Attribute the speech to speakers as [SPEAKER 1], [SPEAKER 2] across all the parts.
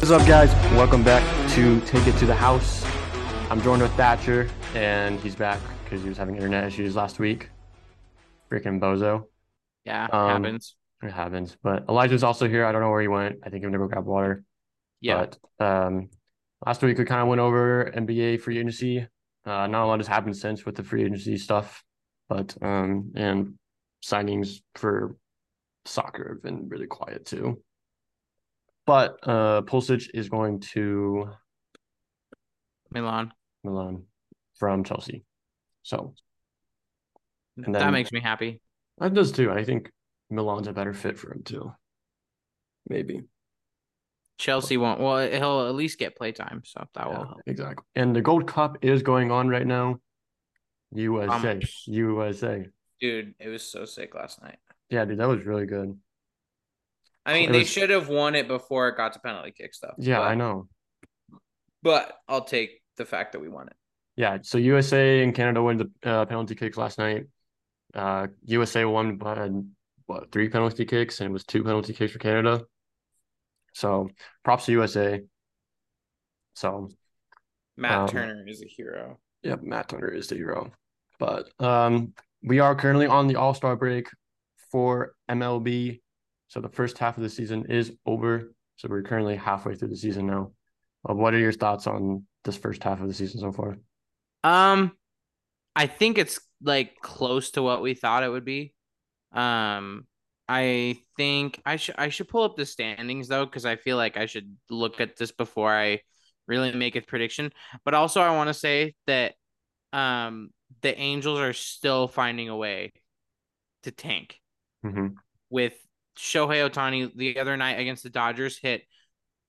[SPEAKER 1] What's up, guys? Welcome back to Take It to the House. I'm joined with Thatcher, and he's back because he was having internet issues last week. Freaking bozo.
[SPEAKER 2] Yeah, it
[SPEAKER 1] Um,
[SPEAKER 2] happens.
[SPEAKER 1] It happens. But Elijah's also here. I don't know where he went. I think he went to go grab water.
[SPEAKER 2] Yeah,
[SPEAKER 1] But, um, last week we kind of went over NBA free agency. Uh, not a lot has happened since with the free agency stuff, but um, and signings for soccer have been really quiet too. But uh, Pulisic is going to
[SPEAKER 2] Milan.
[SPEAKER 1] Milan from Chelsea, so And
[SPEAKER 2] that
[SPEAKER 1] then-
[SPEAKER 2] makes me happy.
[SPEAKER 1] that does too. I think Milan's a better fit for him too. Maybe.
[SPEAKER 2] Chelsea won't. Well, he'll at least get playtime, so that will.
[SPEAKER 1] Oh. Yeah,
[SPEAKER 2] help.
[SPEAKER 1] exactly. Um, And the Gold Cup is going on right now. USA,
[SPEAKER 2] much?
[SPEAKER 1] USA.
[SPEAKER 2] Dude, it was so sick last night.
[SPEAKER 1] Yeah, dude, that was really good.
[SPEAKER 2] I
[SPEAKER 1] It
[SPEAKER 2] mean, they
[SPEAKER 1] was-
[SPEAKER 2] should have won it before it got to penalty kick stuff.
[SPEAKER 1] Yeah,
[SPEAKER 2] but,
[SPEAKER 1] I know.
[SPEAKER 2] But I'll take the fact that we won it.
[SPEAKER 1] Yeah, so USA and Canada won the uh, penalty kicks last night. Uh, USA won by what three penalty kicks, and it was two penalty kicks for Canada. So props to USA. So
[SPEAKER 2] Matt
[SPEAKER 1] Um,
[SPEAKER 2] Turner is a hero.
[SPEAKER 1] yeah, Matt Turner is the hero. But um, we are currently on the All Star break for MLB. So the first half of the season is over. So we're currently halfway through the season now. Uh, what are your thoughts on this first half of the season so far?
[SPEAKER 2] Um, I think it's like close to what we thought it would be. Um, I think I should I should pull up the standings though because I feel like I should look at this before I really make a prediction. But also, I want to say that um the Angels are still finding a way to tank
[SPEAKER 1] hmm
[SPEAKER 2] with Shohei Otani the other night against the Dodgers hit.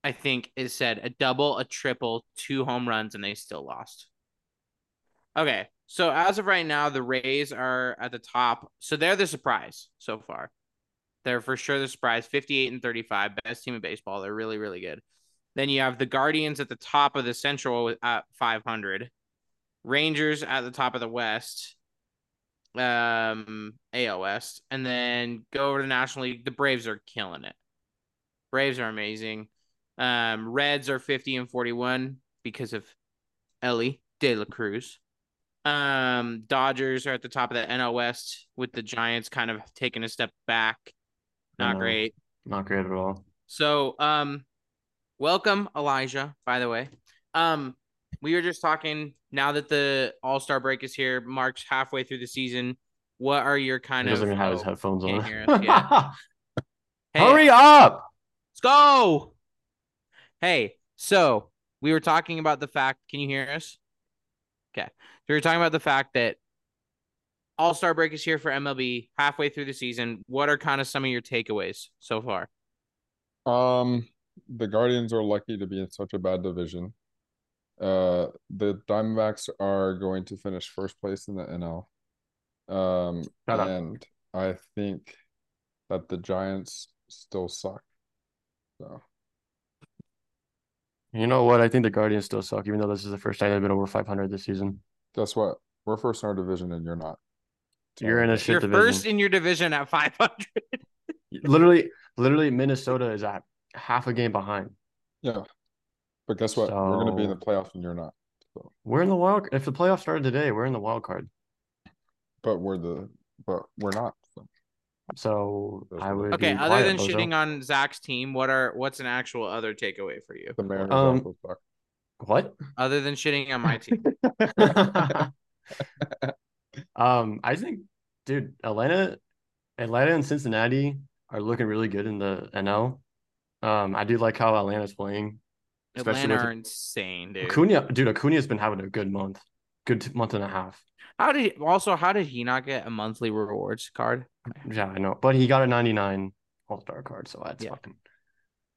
[SPEAKER 2] I think it said a double, a triple, two home runs, and they still lost. Okay. So as of right now, the Rays are at the top. So they're the surprise so far. They're for sure the surprise 58 and 35, best team in baseball. They're really, really good. Then you have the Guardians at the top of the Central with- at 500, Rangers at the top of the West, um AL West, and then go over to the National League. The Braves are killing it. Braves are amazing. Um, Reds are 50 and 41 because of Ellie De La Cruz. Um, Dodgers are at the top of the NL West with the Giants kind of taking a step back. Not
[SPEAKER 1] No.
[SPEAKER 2] great.
[SPEAKER 1] Not great at all.
[SPEAKER 2] So, um, welcome Elijah. By the way, um, we were just talking now that the All Star break is here, Mark's halfway through the season. What are your
[SPEAKER 1] He
[SPEAKER 2] kind of?
[SPEAKER 1] doesn't even have his
[SPEAKER 2] oh,
[SPEAKER 1] headphones
[SPEAKER 2] can't
[SPEAKER 1] on.
[SPEAKER 2] hear us, yeah. hey,
[SPEAKER 1] Hurry up!
[SPEAKER 2] Let's go. Hey, so we were talking about the fact. Can you hear us? Okay. we were talking about the fact that All Star break is here for MLB halfway through the season. What are kind of some of your takeaways so far?
[SPEAKER 3] Um, the Guardians are lucky to be in such a bad division. Uh, the Diamondbacks are going to finish first place in the NL. Um,
[SPEAKER 1] Shut up.
[SPEAKER 3] and I think that the Giants still suck. So
[SPEAKER 1] You know what? I think the Guardians still suck, even though this is the first time they've been over 500 this season.
[SPEAKER 3] guess what? We're first in our division, and you're not.
[SPEAKER 1] You're in a shit
[SPEAKER 2] You're
[SPEAKER 1] division.
[SPEAKER 2] first in your division at 500.
[SPEAKER 1] Literally, literally, Minnesota is at half a game behind.
[SPEAKER 3] Yeah, but guess what? We're going to be in the
[SPEAKER 1] So-
[SPEAKER 3] playoffs, and you're not.
[SPEAKER 1] We're in the wild. If the playoffs started today, we're in the wild card.
[SPEAKER 3] But we're the but we're not. So
[SPEAKER 1] So I would.
[SPEAKER 2] Okay,
[SPEAKER 1] be
[SPEAKER 2] other
[SPEAKER 1] quiet,
[SPEAKER 2] than
[SPEAKER 1] bozo.
[SPEAKER 2] shitting on Zach's team, what are what's an actual other takeaway for you?
[SPEAKER 3] the Mariners
[SPEAKER 1] Um,
[SPEAKER 3] also suck.
[SPEAKER 1] what?
[SPEAKER 2] Other than shitting on my team.
[SPEAKER 1] um, I think, dude, Atlanta, Atlanta and Cincinnati are looking really good in the NL. Um, I do like how Atlanta's playing, especially
[SPEAKER 2] Atlanta
[SPEAKER 1] with
[SPEAKER 2] are insane, dude.
[SPEAKER 1] Acuna. Dude, Acuna's been having a good month, good t- month and a half.
[SPEAKER 2] How did also how did he not get a monthly rewards card?
[SPEAKER 1] Yeah, I know, but he got a 99 All Star card, so that's
[SPEAKER 2] Yeah.
[SPEAKER 1] fucking.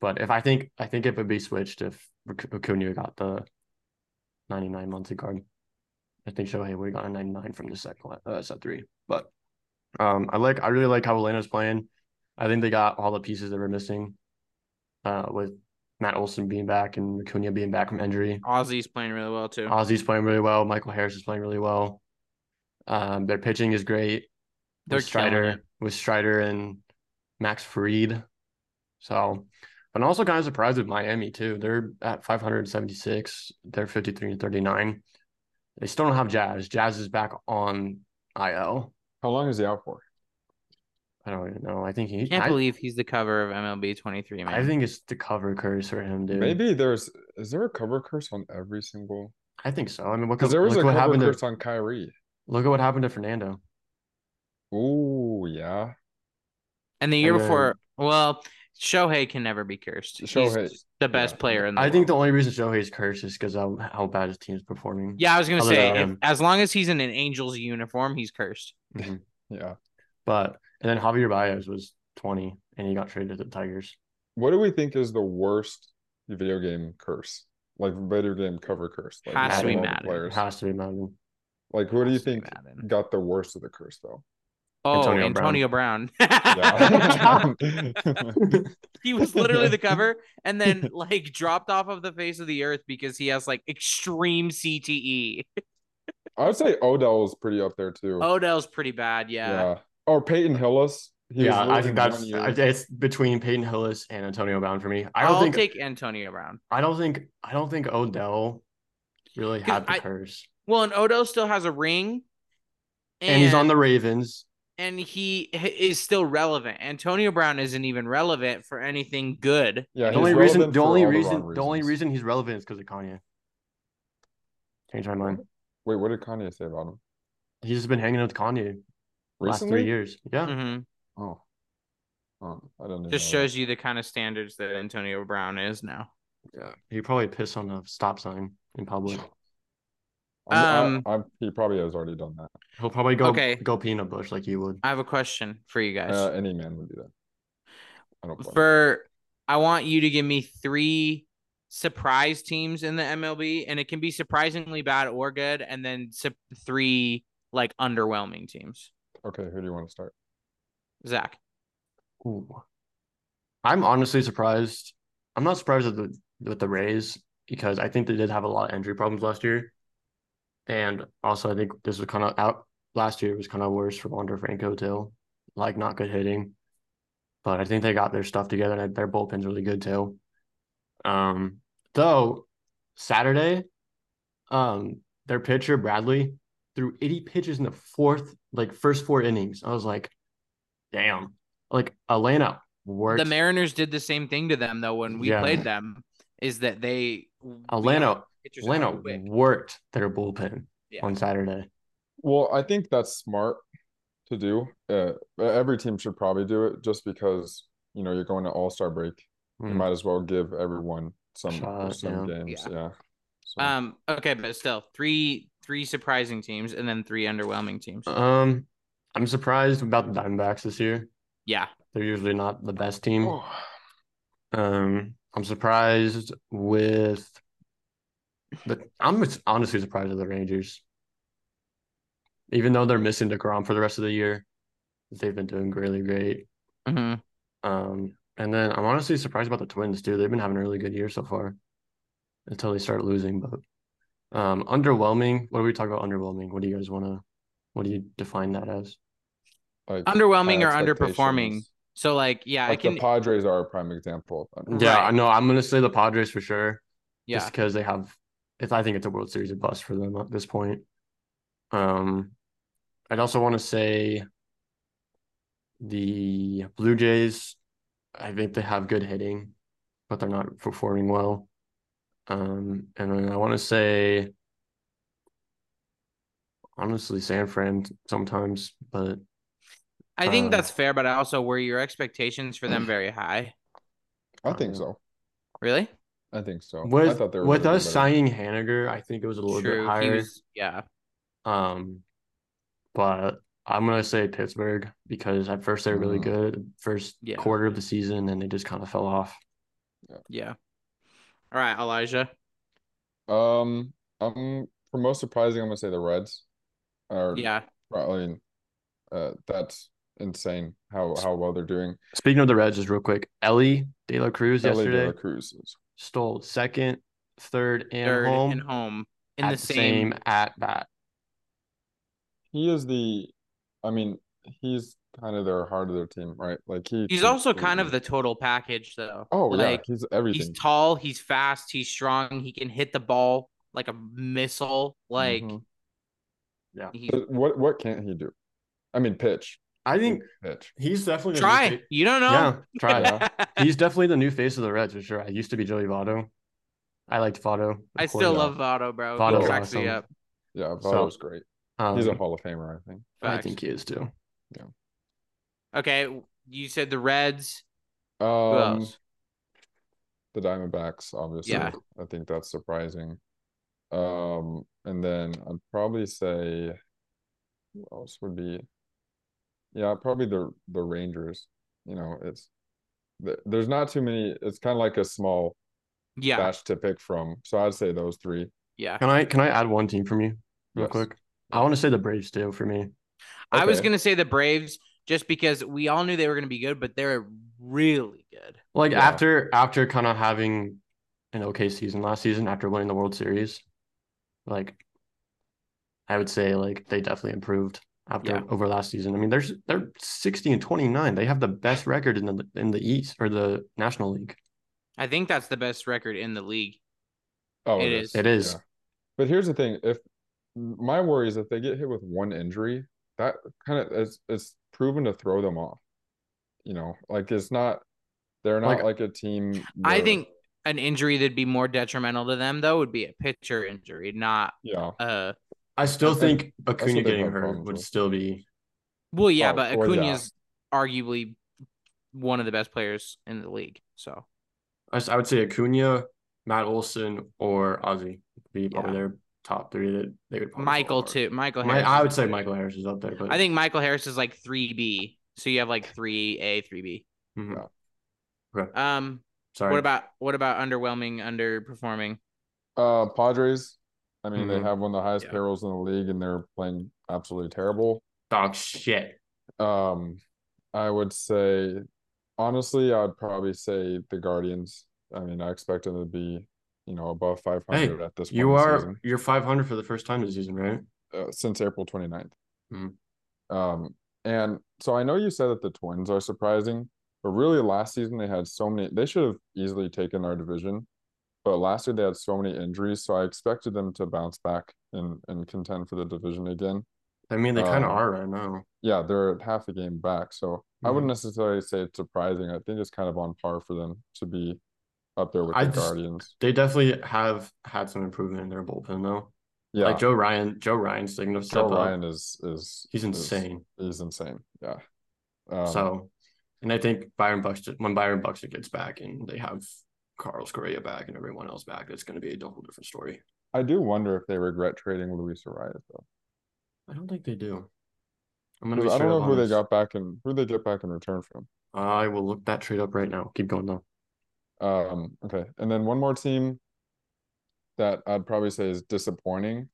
[SPEAKER 1] But if I think, I think it would be switched if Ac- Acuna got the 99 monthly card. I think Shohei would have gotten a 99 from the second one, uh, set three. But um, I like, I really like how Atlanta's playing. I think they got all the pieces that were missing, uh, with Matt Olson being back and Acuna being back from injury.
[SPEAKER 2] Ozzy's playing really well too.
[SPEAKER 1] Ozzy's playing really well. Michael Harris is playing really well. Um, their pitching is great
[SPEAKER 2] They're
[SPEAKER 1] with
[SPEAKER 2] killing
[SPEAKER 1] Strider
[SPEAKER 2] it.
[SPEAKER 1] with Strider and Max Freed. So But I'm also kind of surprised with Miami too. They're at 576. They're 53 and 39. They still don't have Jazz. Jazz is back on IL.
[SPEAKER 3] How long is he out for?
[SPEAKER 1] I don't even know. I think he.
[SPEAKER 2] Can't
[SPEAKER 1] I,
[SPEAKER 2] believe he's the cover of MLB 23, man.
[SPEAKER 1] I think it's the cover curse for him, dude.
[SPEAKER 3] Maybe there's is there a cover curse on every single
[SPEAKER 1] I think so. I mean, look,
[SPEAKER 3] because there was
[SPEAKER 1] look
[SPEAKER 3] a
[SPEAKER 1] what
[SPEAKER 3] cover
[SPEAKER 1] happened
[SPEAKER 3] curse
[SPEAKER 1] to
[SPEAKER 3] on Kyrie.
[SPEAKER 1] look at what happened to Fernando.
[SPEAKER 3] Oh yeah,
[SPEAKER 2] and the year
[SPEAKER 1] and then-
[SPEAKER 2] before, well, Shohei can never be cursed. He's
[SPEAKER 3] Shohei,
[SPEAKER 2] the best
[SPEAKER 3] yeah.
[SPEAKER 2] player in the
[SPEAKER 1] I think the
[SPEAKER 2] world.
[SPEAKER 1] only reason Shohei's cursed is because how how bad his team's performing.
[SPEAKER 2] Yeah, I was gonna
[SPEAKER 1] Other
[SPEAKER 2] say,
[SPEAKER 1] than
[SPEAKER 2] if,
[SPEAKER 1] him.
[SPEAKER 2] as long as he's in an Angels uniform, he's cursed.
[SPEAKER 1] Mhm.
[SPEAKER 3] yeah.
[SPEAKER 1] But and then Javier Baez was 20 and he got traded to the Tigers.
[SPEAKER 3] What do we think is the worst video game curse? Like video game cover curse. Like
[SPEAKER 2] Has
[SPEAKER 1] to be
[SPEAKER 3] all the
[SPEAKER 2] Madden.
[SPEAKER 1] It
[SPEAKER 3] Players.
[SPEAKER 1] has to be Madden.
[SPEAKER 3] Like, what do you
[SPEAKER 2] Has to be
[SPEAKER 3] think
[SPEAKER 2] Madden.
[SPEAKER 3] got the worst of the curse though?
[SPEAKER 2] Oh, Antonio,
[SPEAKER 1] Antonio Brown.
[SPEAKER 2] Brown.
[SPEAKER 3] Yeah.
[SPEAKER 2] he was literally the cover and then like dropped off of the face of the earth because he has like extreme E. CTE.
[SPEAKER 3] I would say Odell is pretty up there too.
[SPEAKER 2] Odell's pretty bad, Oh, yeah.
[SPEAKER 3] Or Peyton Hillis. He was
[SPEAKER 1] yeah, I
[SPEAKER 3] literally
[SPEAKER 1] think that's
[SPEAKER 3] one year.
[SPEAKER 1] I- it's between Peyton Hillis and Antonio Brown for me. I
[SPEAKER 2] I
[SPEAKER 1] don't
[SPEAKER 2] will
[SPEAKER 1] think
[SPEAKER 2] take Antonio Brown.
[SPEAKER 1] I don't think I don't think Odell really
[SPEAKER 2] 'Cause
[SPEAKER 1] had the
[SPEAKER 2] I-
[SPEAKER 1] curse.
[SPEAKER 2] Well, and Odell still has a ring.
[SPEAKER 1] And, he's on the Ravens.
[SPEAKER 2] and he h- is still relevant. Antonio Brown isn't even relevant for anything good.
[SPEAKER 3] yeah.
[SPEAKER 1] The
[SPEAKER 3] he's
[SPEAKER 1] only reason
[SPEAKER 3] relevant
[SPEAKER 1] the
[SPEAKER 3] for
[SPEAKER 1] only
[SPEAKER 3] all wrong
[SPEAKER 1] reason the only
[SPEAKER 3] reasons.
[SPEAKER 1] reason he's relevant is because of Kanye. Change my mind.
[SPEAKER 3] Wait, what did Kanye say about him?
[SPEAKER 1] He's just been hanging out with Kanye the last
[SPEAKER 3] Recently?
[SPEAKER 1] three years. Yeah.
[SPEAKER 2] hmm
[SPEAKER 3] Oh. Oh, I don't know.
[SPEAKER 2] Just shows you the kind of standards that Antonio Brown is now.
[SPEAKER 1] Yeah. He probably pissed on a stop sign in public.
[SPEAKER 2] um,
[SPEAKER 3] I, he probably has already done that.
[SPEAKER 1] He'll probably go
[SPEAKER 2] Okay.
[SPEAKER 1] go pee in a bush like you would.
[SPEAKER 2] I have a question for you guys.
[SPEAKER 3] Uh, any man would do that. I don't. blame him.
[SPEAKER 2] for I want you to give me three surprise teams in the MLB, and it can be surprisingly bad or good, and then sup- three like underwhelming teams.
[SPEAKER 3] Okay, who do you want to start?
[SPEAKER 2] Zach,
[SPEAKER 1] Ooh. I'm honestly surprised. I'm not surprised with the with the Rays because I think they did have a lot of injury problems last year, and also I think this was kind of out last year was kind of worse for Wander Franco too, like not good hitting, but I think they got their stuff together and their bullpen's really good too. Um, though Saturday, um, their pitcher Bradley threw 80 pitches in the fourth, like first four innings. I was like, damn, like Atlanta worked.
[SPEAKER 2] the Mariners did the same thing to them though when we
[SPEAKER 1] Yeah.
[SPEAKER 2] played them. Is that they we
[SPEAKER 3] Oh,
[SPEAKER 1] Atlanta
[SPEAKER 2] pitchers
[SPEAKER 1] Atlanta
[SPEAKER 2] out quick.
[SPEAKER 1] worked their bullpen
[SPEAKER 2] Yeah.
[SPEAKER 1] on Saturday.
[SPEAKER 3] Well, I think that's smart to do. Uh, every team should probably do it, just because you know you're going to All Star break. You
[SPEAKER 1] Mhm.
[SPEAKER 3] might as well give everyone some
[SPEAKER 1] Shot,
[SPEAKER 3] some
[SPEAKER 1] yeah.
[SPEAKER 3] games. Yeah. So,
[SPEAKER 2] Um. Okay, but still, three three surprising teams and then three underwhelming teams.
[SPEAKER 3] Uh-huh.
[SPEAKER 1] Um, I'm surprised about the Diamondbacks this year.
[SPEAKER 2] yeah.
[SPEAKER 1] They're usually not the best team.
[SPEAKER 3] oh,
[SPEAKER 1] Um, I'm surprised with the. I'm honestly surprised at the Rangers. Even though they're missing Degrom for the rest of the year, they've been doing really great.
[SPEAKER 2] hmm
[SPEAKER 1] Um, and then I'm honestly surprised about the Twins too. They've been having a really good year so far, until they start losing. But um, underwhelming. What do we talk about? Underwhelming. What do you guys want to? What do you define that as?
[SPEAKER 3] like,
[SPEAKER 2] Underwhelming or
[SPEAKER 3] high
[SPEAKER 2] underperforming.
[SPEAKER 3] Uh, expectations.
[SPEAKER 2] So like, yeah, I
[SPEAKER 3] Like
[SPEAKER 2] can.
[SPEAKER 3] the Padres are a prime example. of that.
[SPEAKER 1] Yeah,
[SPEAKER 2] Right.
[SPEAKER 1] I know. I'm gonna say the Padres for sure.
[SPEAKER 2] yeah.
[SPEAKER 1] just because they have. If I think it's a World Series of bust for them at this point. Um, I'd also want to say the Blue Jays. I think they have good hitting, but they're not performing well. Um, and then I want to say, honestly, San Fran sometimes, but
[SPEAKER 2] I think
[SPEAKER 1] um,
[SPEAKER 2] that's fair, but I also were your expectations for them very high.
[SPEAKER 3] I think so.
[SPEAKER 2] Really?
[SPEAKER 3] I think so. Oh, I
[SPEAKER 1] with
[SPEAKER 3] thought they were
[SPEAKER 1] with
[SPEAKER 3] gonna do
[SPEAKER 1] us
[SPEAKER 3] better.
[SPEAKER 1] signing Haniger, I think it was a little bit
[SPEAKER 2] True. He
[SPEAKER 1] higher.
[SPEAKER 2] was. Yeah.
[SPEAKER 1] Um, but I'm gonna say Pittsburgh because at first they were really
[SPEAKER 3] Mm.
[SPEAKER 1] good first
[SPEAKER 2] Yeah.
[SPEAKER 1] quarter of the season, and they just kind of fell off.
[SPEAKER 2] Yeah. All right, Elijah.
[SPEAKER 3] Um, I'm for most surprising, I'm gonna say the Reds. Are
[SPEAKER 2] Yeah.
[SPEAKER 3] probably, uh, that's insane how how well they're doing.
[SPEAKER 1] Speaking of the Reds, just real quick, Ellie De La Cruz
[SPEAKER 3] Ellie De La
[SPEAKER 1] yesterday
[SPEAKER 3] Cruz is-
[SPEAKER 1] stole second, third, and
[SPEAKER 2] Third
[SPEAKER 1] home
[SPEAKER 2] and home in
[SPEAKER 1] at
[SPEAKER 2] the same.
[SPEAKER 1] at bat.
[SPEAKER 3] He is the, I mean, he's kind of their heart of their team, right? Like he
[SPEAKER 2] He's
[SPEAKER 3] can
[SPEAKER 2] also kind of
[SPEAKER 3] really-
[SPEAKER 2] the total package, though.
[SPEAKER 3] oh
[SPEAKER 2] like,
[SPEAKER 3] yeah, he's everything.
[SPEAKER 2] He's tall, he's fast, he's strong, he can hit the ball like a missile. Like
[SPEAKER 1] Mm-hmm.
[SPEAKER 3] Mhm.
[SPEAKER 2] he,
[SPEAKER 3] But what what can't he do? I mean, pitch,
[SPEAKER 1] I think
[SPEAKER 3] pitch.
[SPEAKER 1] he's definitely the new
[SPEAKER 2] try.
[SPEAKER 1] fa-
[SPEAKER 2] You don't
[SPEAKER 1] Yeah,
[SPEAKER 2] know.
[SPEAKER 1] try. He's definitely the new face of the Reds for sure. I used to be Joey Votto. I liked Votto. of
[SPEAKER 2] I
[SPEAKER 1] course.
[SPEAKER 2] still love Votto, bro.
[SPEAKER 1] Votto's
[SPEAKER 2] he cracks me
[SPEAKER 1] awesome.
[SPEAKER 2] up.
[SPEAKER 3] Yeah,
[SPEAKER 1] So-
[SPEAKER 3] Votto's great.
[SPEAKER 1] Um,
[SPEAKER 3] He's a Hall of Famer, I think.
[SPEAKER 1] I
[SPEAKER 2] Facts.
[SPEAKER 1] think he is too.
[SPEAKER 2] Okay, you said the Reds. Who
[SPEAKER 3] Um,
[SPEAKER 2] else?
[SPEAKER 3] the Diamondbacks, obviously.
[SPEAKER 2] Yeah.
[SPEAKER 3] I think that's surprising. Um, and then I'd probably say who else would be yeah, probably the the Rangers. You know, it's there, there's not too many. It's kind of like a small
[SPEAKER 2] Yeah,
[SPEAKER 3] batch to pick from. So I'd say those three.
[SPEAKER 2] yeah.
[SPEAKER 1] Can I can I add one team from you real
[SPEAKER 3] Yes.
[SPEAKER 1] quick? I want to say the Braves too for me.
[SPEAKER 2] I was
[SPEAKER 3] Okay.
[SPEAKER 2] gonna say the Braves just because we all knew they were gonna be good, but they're really good.
[SPEAKER 1] Like
[SPEAKER 3] Yeah.
[SPEAKER 1] after after kind of having an okay season last season after winning the World Series, like I would say like they definitely improved after
[SPEAKER 2] Yeah.
[SPEAKER 1] over last season. I mean, there's they're 60 and 29. They have the best record in the in the East or the National League.
[SPEAKER 2] I think that's the best record in the league.
[SPEAKER 3] Oh,
[SPEAKER 2] It is.
[SPEAKER 1] It is.
[SPEAKER 3] Yeah. But here's the thing: if my worry is if they get hit with one injury, that kind of it's it's proven to throw them off. You know, like it's not they're not
[SPEAKER 1] Like-
[SPEAKER 3] like, a team.
[SPEAKER 2] I
[SPEAKER 3] where-
[SPEAKER 2] think an injury that'd be more detrimental to them though would be a pitcher injury, not
[SPEAKER 3] yeah,
[SPEAKER 2] uh
[SPEAKER 1] I still
[SPEAKER 3] That's what-
[SPEAKER 1] think
[SPEAKER 3] what
[SPEAKER 1] Acuna
[SPEAKER 3] they've
[SPEAKER 1] getting
[SPEAKER 3] had
[SPEAKER 1] hurt
[SPEAKER 3] problems
[SPEAKER 1] would
[SPEAKER 3] with.
[SPEAKER 1] still be
[SPEAKER 2] well yeah,
[SPEAKER 3] Oh,
[SPEAKER 2] but
[SPEAKER 3] or that.
[SPEAKER 2] Acuna's arguably one of the best players in the league. So
[SPEAKER 1] I, s- I would say Acuna, Matt Olson, or Ozzy would be probably
[SPEAKER 2] Yeah.
[SPEAKER 1] their top three that they would probably
[SPEAKER 2] Michael
[SPEAKER 1] follow.
[SPEAKER 2] too. Michael
[SPEAKER 1] My,
[SPEAKER 2] Harris.
[SPEAKER 1] I
[SPEAKER 2] is-
[SPEAKER 1] would say Michael Harris is up there, but
[SPEAKER 2] I think Michael Harris is like three B. So you have like three A, three B.
[SPEAKER 1] Mhm.
[SPEAKER 2] Um
[SPEAKER 1] sorry.
[SPEAKER 2] what about what about underwhelming, underperforming?
[SPEAKER 3] uh, Padres. I mean,
[SPEAKER 1] Mhm.
[SPEAKER 3] they have one of the highest
[SPEAKER 2] Yeah.
[SPEAKER 3] payrolls in the league, and they're playing absolutely terrible.
[SPEAKER 1] dog shit?
[SPEAKER 3] Um, I would say, honestly, I'd probably say the Guardians. I mean, I expect them to be, you know, above 500 at this point.
[SPEAKER 1] You
[SPEAKER 3] in the
[SPEAKER 1] are
[SPEAKER 3] season.
[SPEAKER 1] you're 500 for the first time this season, right?
[SPEAKER 3] uh, since April 29th.
[SPEAKER 1] Mhm.
[SPEAKER 3] Um, and so I know you said that the Twins are surprising, but really last season they had so many, they should have easily taken our division, but last year they had so many injuries. So I expected them to bounce back and, and contend for the division again.
[SPEAKER 1] I mean, they kind of
[SPEAKER 3] Um,
[SPEAKER 1] are right now.
[SPEAKER 3] Yeah, they're half a game back. So I
[SPEAKER 1] Mhm.
[SPEAKER 3] wouldn't necessarily say it's surprising. I think it's kind of on par for them to be up there with
[SPEAKER 1] I
[SPEAKER 3] the
[SPEAKER 1] just-
[SPEAKER 3] Guardians.
[SPEAKER 1] They definitely have had some improvement in their bullpen though.
[SPEAKER 3] Yeah.
[SPEAKER 1] Like Joe Ryan, Joe Ryan's taking a step
[SPEAKER 3] Joe
[SPEAKER 1] up.
[SPEAKER 3] Ryan is is
[SPEAKER 1] He's
[SPEAKER 3] is-
[SPEAKER 1] insane.
[SPEAKER 3] He's insane. Yeah. Um,
[SPEAKER 1] so, and I think Byron Buxton when Byron Buxton gets back and they have Carlos Correa back and everyone else back, it's going to be a whole different story.
[SPEAKER 3] I do wonder if they regret trading Luis Arias though.
[SPEAKER 1] I don't think they do. I'm going to be.
[SPEAKER 3] 'Cause I
[SPEAKER 1] straight
[SPEAKER 3] don't know
[SPEAKER 1] up
[SPEAKER 3] who they
[SPEAKER 1] honest.
[SPEAKER 3] got back and who they get back in return from.
[SPEAKER 1] I will look that trade up right now. Keep going though.
[SPEAKER 3] Um, okay, and then one more team that I'd probably say is disappointing.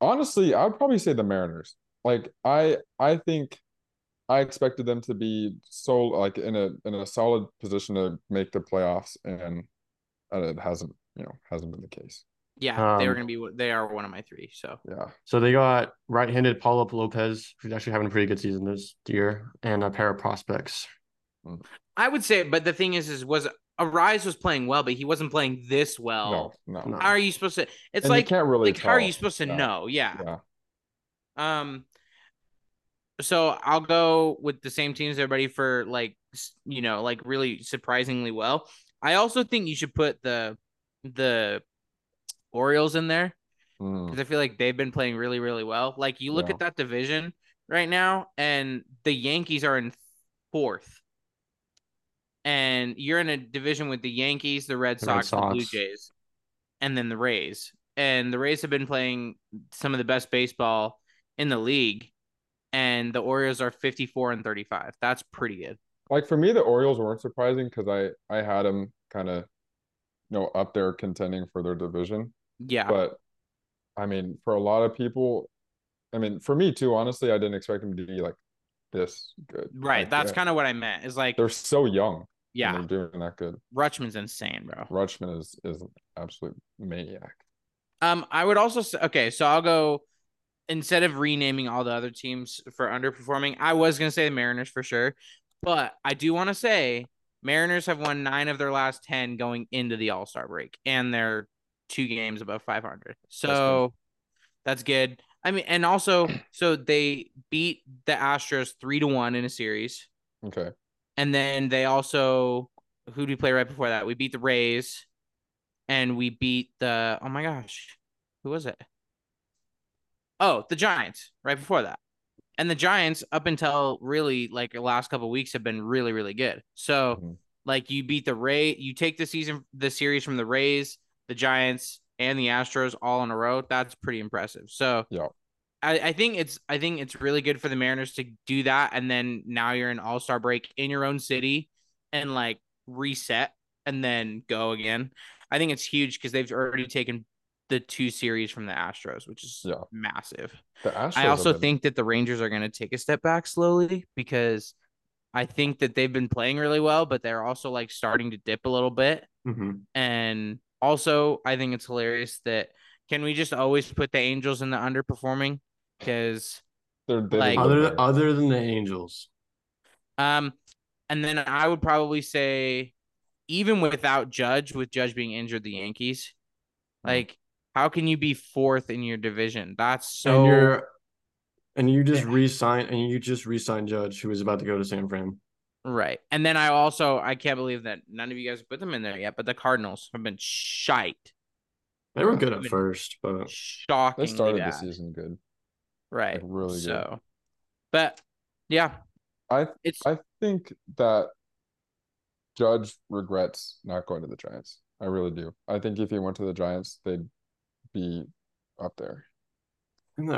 [SPEAKER 3] Honestly, I would probably say the Mariners. Like I, I think I expected them to be so like in a in a solid position to make the playoffs, and uh, it hasn't you know hasn't been the case.
[SPEAKER 2] Yeah, they were
[SPEAKER 1] Um,
[SPEAKER 2] gonna be they are one of my three. So
[SPEAKER 3] Yeah,
[SPEAKER 1] So they got right-handed Paulo Lopez, who's actually having a pretty good season this year, and a pair of prospects.
[SPEAKER 2] I would say, but the thing is, is was Arise was playing well, but he wasn't playing this well.
[SPEAKER 3] no, no.
[SPEAKER 1] no.
[SPEAKER 2] How are you supposed to? It's
[SPEAKER 3] And
[SPEAKER 2] like,
[SPEAKER 3] you can't really
[SPEAKER 2] like how are
[SPEAKER 3] tell.
[SPEAKER 2] you supposed to
[SPEAKER 3] Yeah.
[SPEAKER 2] know? Yeah.
[SPEAKER 3] Yeah.
[SPEAKER 2] Um. So I'll go with the same teams everybody for like s- you know like really surprisingly well. I also think you should put the the Orioles in there
[SPEAKER 1] Hmm.
[SPEAKER 3] Mm.
[SPEAKER 2] because I feel like they've been playing really, really well. Like you look
[SPEAKER 3] Yeah.
[SPEAKER 2] at that division right now, and the Yankees are in fourth, and you're in a division with the Yankees, the Red
[SPEAKER 1] The Red
[SPEAKER 2] Sox, the Blue
[SPEAKER 1] Sox.
[SPEAKER 2] Jays, and then the Rays. And the Rays have been playing some of the best baseball in the league, and the Orioles are 54 and 35. That's pretty good.
[SPEAKER 3] like for me the Orioles weren't surprising because I I had them kind of you know up there contending for their division
[SPEAKER 2] Yeah,
[SPEAKER 3] but I mean for a lot of people I mean for me too honestly I didn't expect them to be like this good
[SPEAKER 2] right.
[SPEAKER 3] Like,
[SPEAKER 2] That's
[SPEAKER 1] uh,
[SPEAKER 3] they're-
[SPEAKER 2] kind of what I meant. Is like,
[SPEAKER 3] they're so young and
[SPEAKER 2] yeah,
[SPEAKER 3] they're doing that good
[SPEAKER 2] Rutschman's insane, bro.
[SPEAKER 3] Rutschman is is an absolute maniac
[SPEAKER 2] Um, I would also say okay, so I'll go instead of renaming all the other teams for underperforming, I was gonna say the Mariners for sure, but I do want to say Mariners have won nine of their last ten going into the All Star break, and they're two games above five hundred. So that's good. I mean, and also, so they beat the Astros three to one in a series,
[SPEAKER 3] Okay.
[SPEAKER 2] and then they also who did we play right before that? We beat the Rays, and we beat the oh my gosh, who was it? Oh, the Giants right before that. And the Giants up until really like the last couple weeks have been really really good. So
[SPEAKER 3] Mhm.
[SPEAKER 2] like you beat the Ray, you take the season the series from the Rays, the Giants, and the Astros all in a row. That's pretty impressive. So
[SPEAKER 3] Yeah.
[SPEAKER 2] I, I think it's I think it's really good for the Mariners to do that, and then now you're in All Star break in your own city, and like reset and then go again. I think it's huge because they've already taken the two series from the Astros, which is
[SPEAKER 3] Yeah.
[SPEAKER 2] massive.
[SPEAKER 3] The Astros.
[SPEAKER 2] I
[SPEAKER 3] have
[SPEAKER 2] also
[SPEAKER 3] been-
[SPEAKER 2] think that the Rangers are going to take a step back slowly because I think that they've been playing really well, but they're also like starting to dip a little bit.
[SPEAKER 1] Mm-hmm.
[SPEAKER 2] And also, I think it's hilarious that can we just always put the Angels in the underperforming? Because
[SPEAKER 3] they're they
[SPEAKER 2] like-
[SPEAKER 1] Other
[SPEAKER 3] there.
[SPEAKER 1] other than the Angels,
[SPEAKER 2] Um, and then I would probably say, even without Judge, with Judge being injured, the Yankees,
[SPEAKER 3] Hmm.
[SPEAKER 2] like, how can you be fourth in your division? That's so.
[SPEAKER 1] and you're and you just re-sign and you just re-sign Judge, who is about to go to San Fran.
[SPEAKER 2] Right. And then I also I can't believe that none of you guys put them in there yet, but the Cardinals have been shite.
[SPEAKER 1] They were good at
[SPEAKER 2] Good.
[SPEAKER 1] first, but
[SPEAKER 2] Shockingly
[SPEAKER 3] they started
[SPEAKER 2] bad.
[SPEAKER 3] the season good.
[SPEAKER 2] Right.
[SPEAKER 3] Like really good.
[SPEAKER 2] so but yeah.
[SPEAKER 3] I-
[SPEAKER 2] it's
[SPEAKER 3] I think that Judge regrets not going to the Giants. I really do. I think if he went to the Giants, they'd be up there.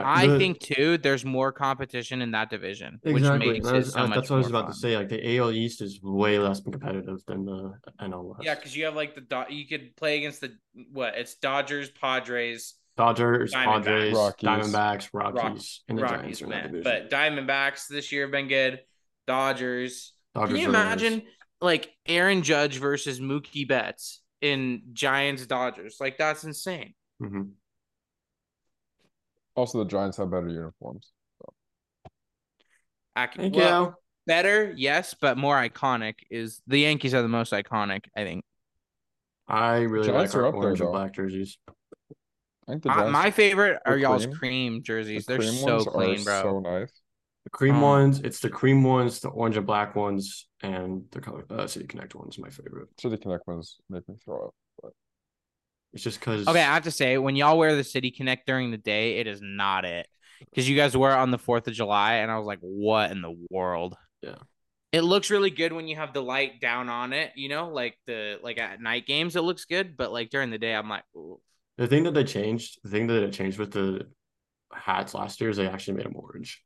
[SPEAKER 2] I
[SPEAKER 1] the-
[SPEAKER 2] think too there's more competition in that division,
[SPEAKER 1] exactly.
[SPEAKER 2] which makes
[SPEAKER 1] and I was-
[SPEAKER 2] it so
[SPEAKER 1] uh,
[SPEAKER 2] much
[SPEAKER 1] that's what I was
[SPEAKER 2] more
[SPEAKER 1] about to
[SPEAKER 2] fun.
[SPEAKER 1] say. Like the AL East is way less competitive than the NL West.
[SPEAKER 2] Yeah, because you have like the Do- you could play against the what it's Dodgers, Padres,
[SPEAKER 1] Dodgers,
[SPEAKER 2] Diamondbacks.
[SPEAKER 1] Padres,
[SPEAKER 3] Rockies.
[SPEAKER 1] Diamondbacks,
[SPEAKER 2] Rock-
[SPEAKER 1] Rockies, and the
[SPEAKER 2] Rockies,
[SPEAKER 1] Giants are in that
[SPEAKER 2] man.
[SPEAKER 1] division.
[SPEAKER 2] But Diamondbacks this year have been good. Dodgers,
[SPEAKER 1] Dodgers
[SPEAKER 2] Can you
[SPEAKER 1] are the worst.
[SPEAKER 2] imagine like Aaron Judge versus Mookie Betts in Giants Dodgers? Like that's insane.
[SPEAKER 1] Mhm.
[SPEAKER 3] Also, the Giants have better uniforms.
[SPEAKER 2] I can,
[SPEAKER 1] Thank
[SPEAKER 2] well,
[SPEAKER 1] you.
[SPEAKER 2] better, yes, but more iconic is the Yankees are the most iconic, I think.
[SPEAKER 1] I really
[SPEAKER 3] Giants
[SPEAKER 1] like our
[SPEAKER 3] are up there,
[SPEAKER 1] orange and
[SPEAKER 3] though.
[SPEAKER 1] black jerseys.
[SPEAKER 3] I think the
[SPEAKER 2] I-
[SPEAKER 3] Giants,
[SPEAKER 2] my favorite
[SPEAKER 3] the
[SPEAKER 2] are y'all's
[SPEAKER 3] cream-
[SPEAKER 2] cream
[SPEAKER 3] the
[SPEAKER 2] jerseys. They're
[SPEAKER 3] cream
[SPEAKER 2] so
[SPEAKER 3] ones are
[SPEAKER 2] clean, bro.
[SPEAKER 3] So nice.
[SPEAKER 1] The cream
[SPEAKER 2] Um,
[SPEAKER 1] ones, it's the cream ones, the orange and black ones, and the color uh, City Connect ones. My favorite.
[SPEAKER 3] City Connect ones make me throw up.
[SPEAKER 1] It's just because.
[SPEAKER 2] Okay, I have to say, when y'all wear the City Connect during the day, it is not it. Because you guys wore it on the 4th of July, and I was like, what in the world?
[SPEAKER 1] Yeah.
[SPEAKER 2] It looks really good when you have the light down on it, you know, like the like at night games, it looks good, but like during the day, I'm like, ooh.
[SPEAKER 1] The thing that they changed, the thing that it changed with the hats last year is they actually made them orange,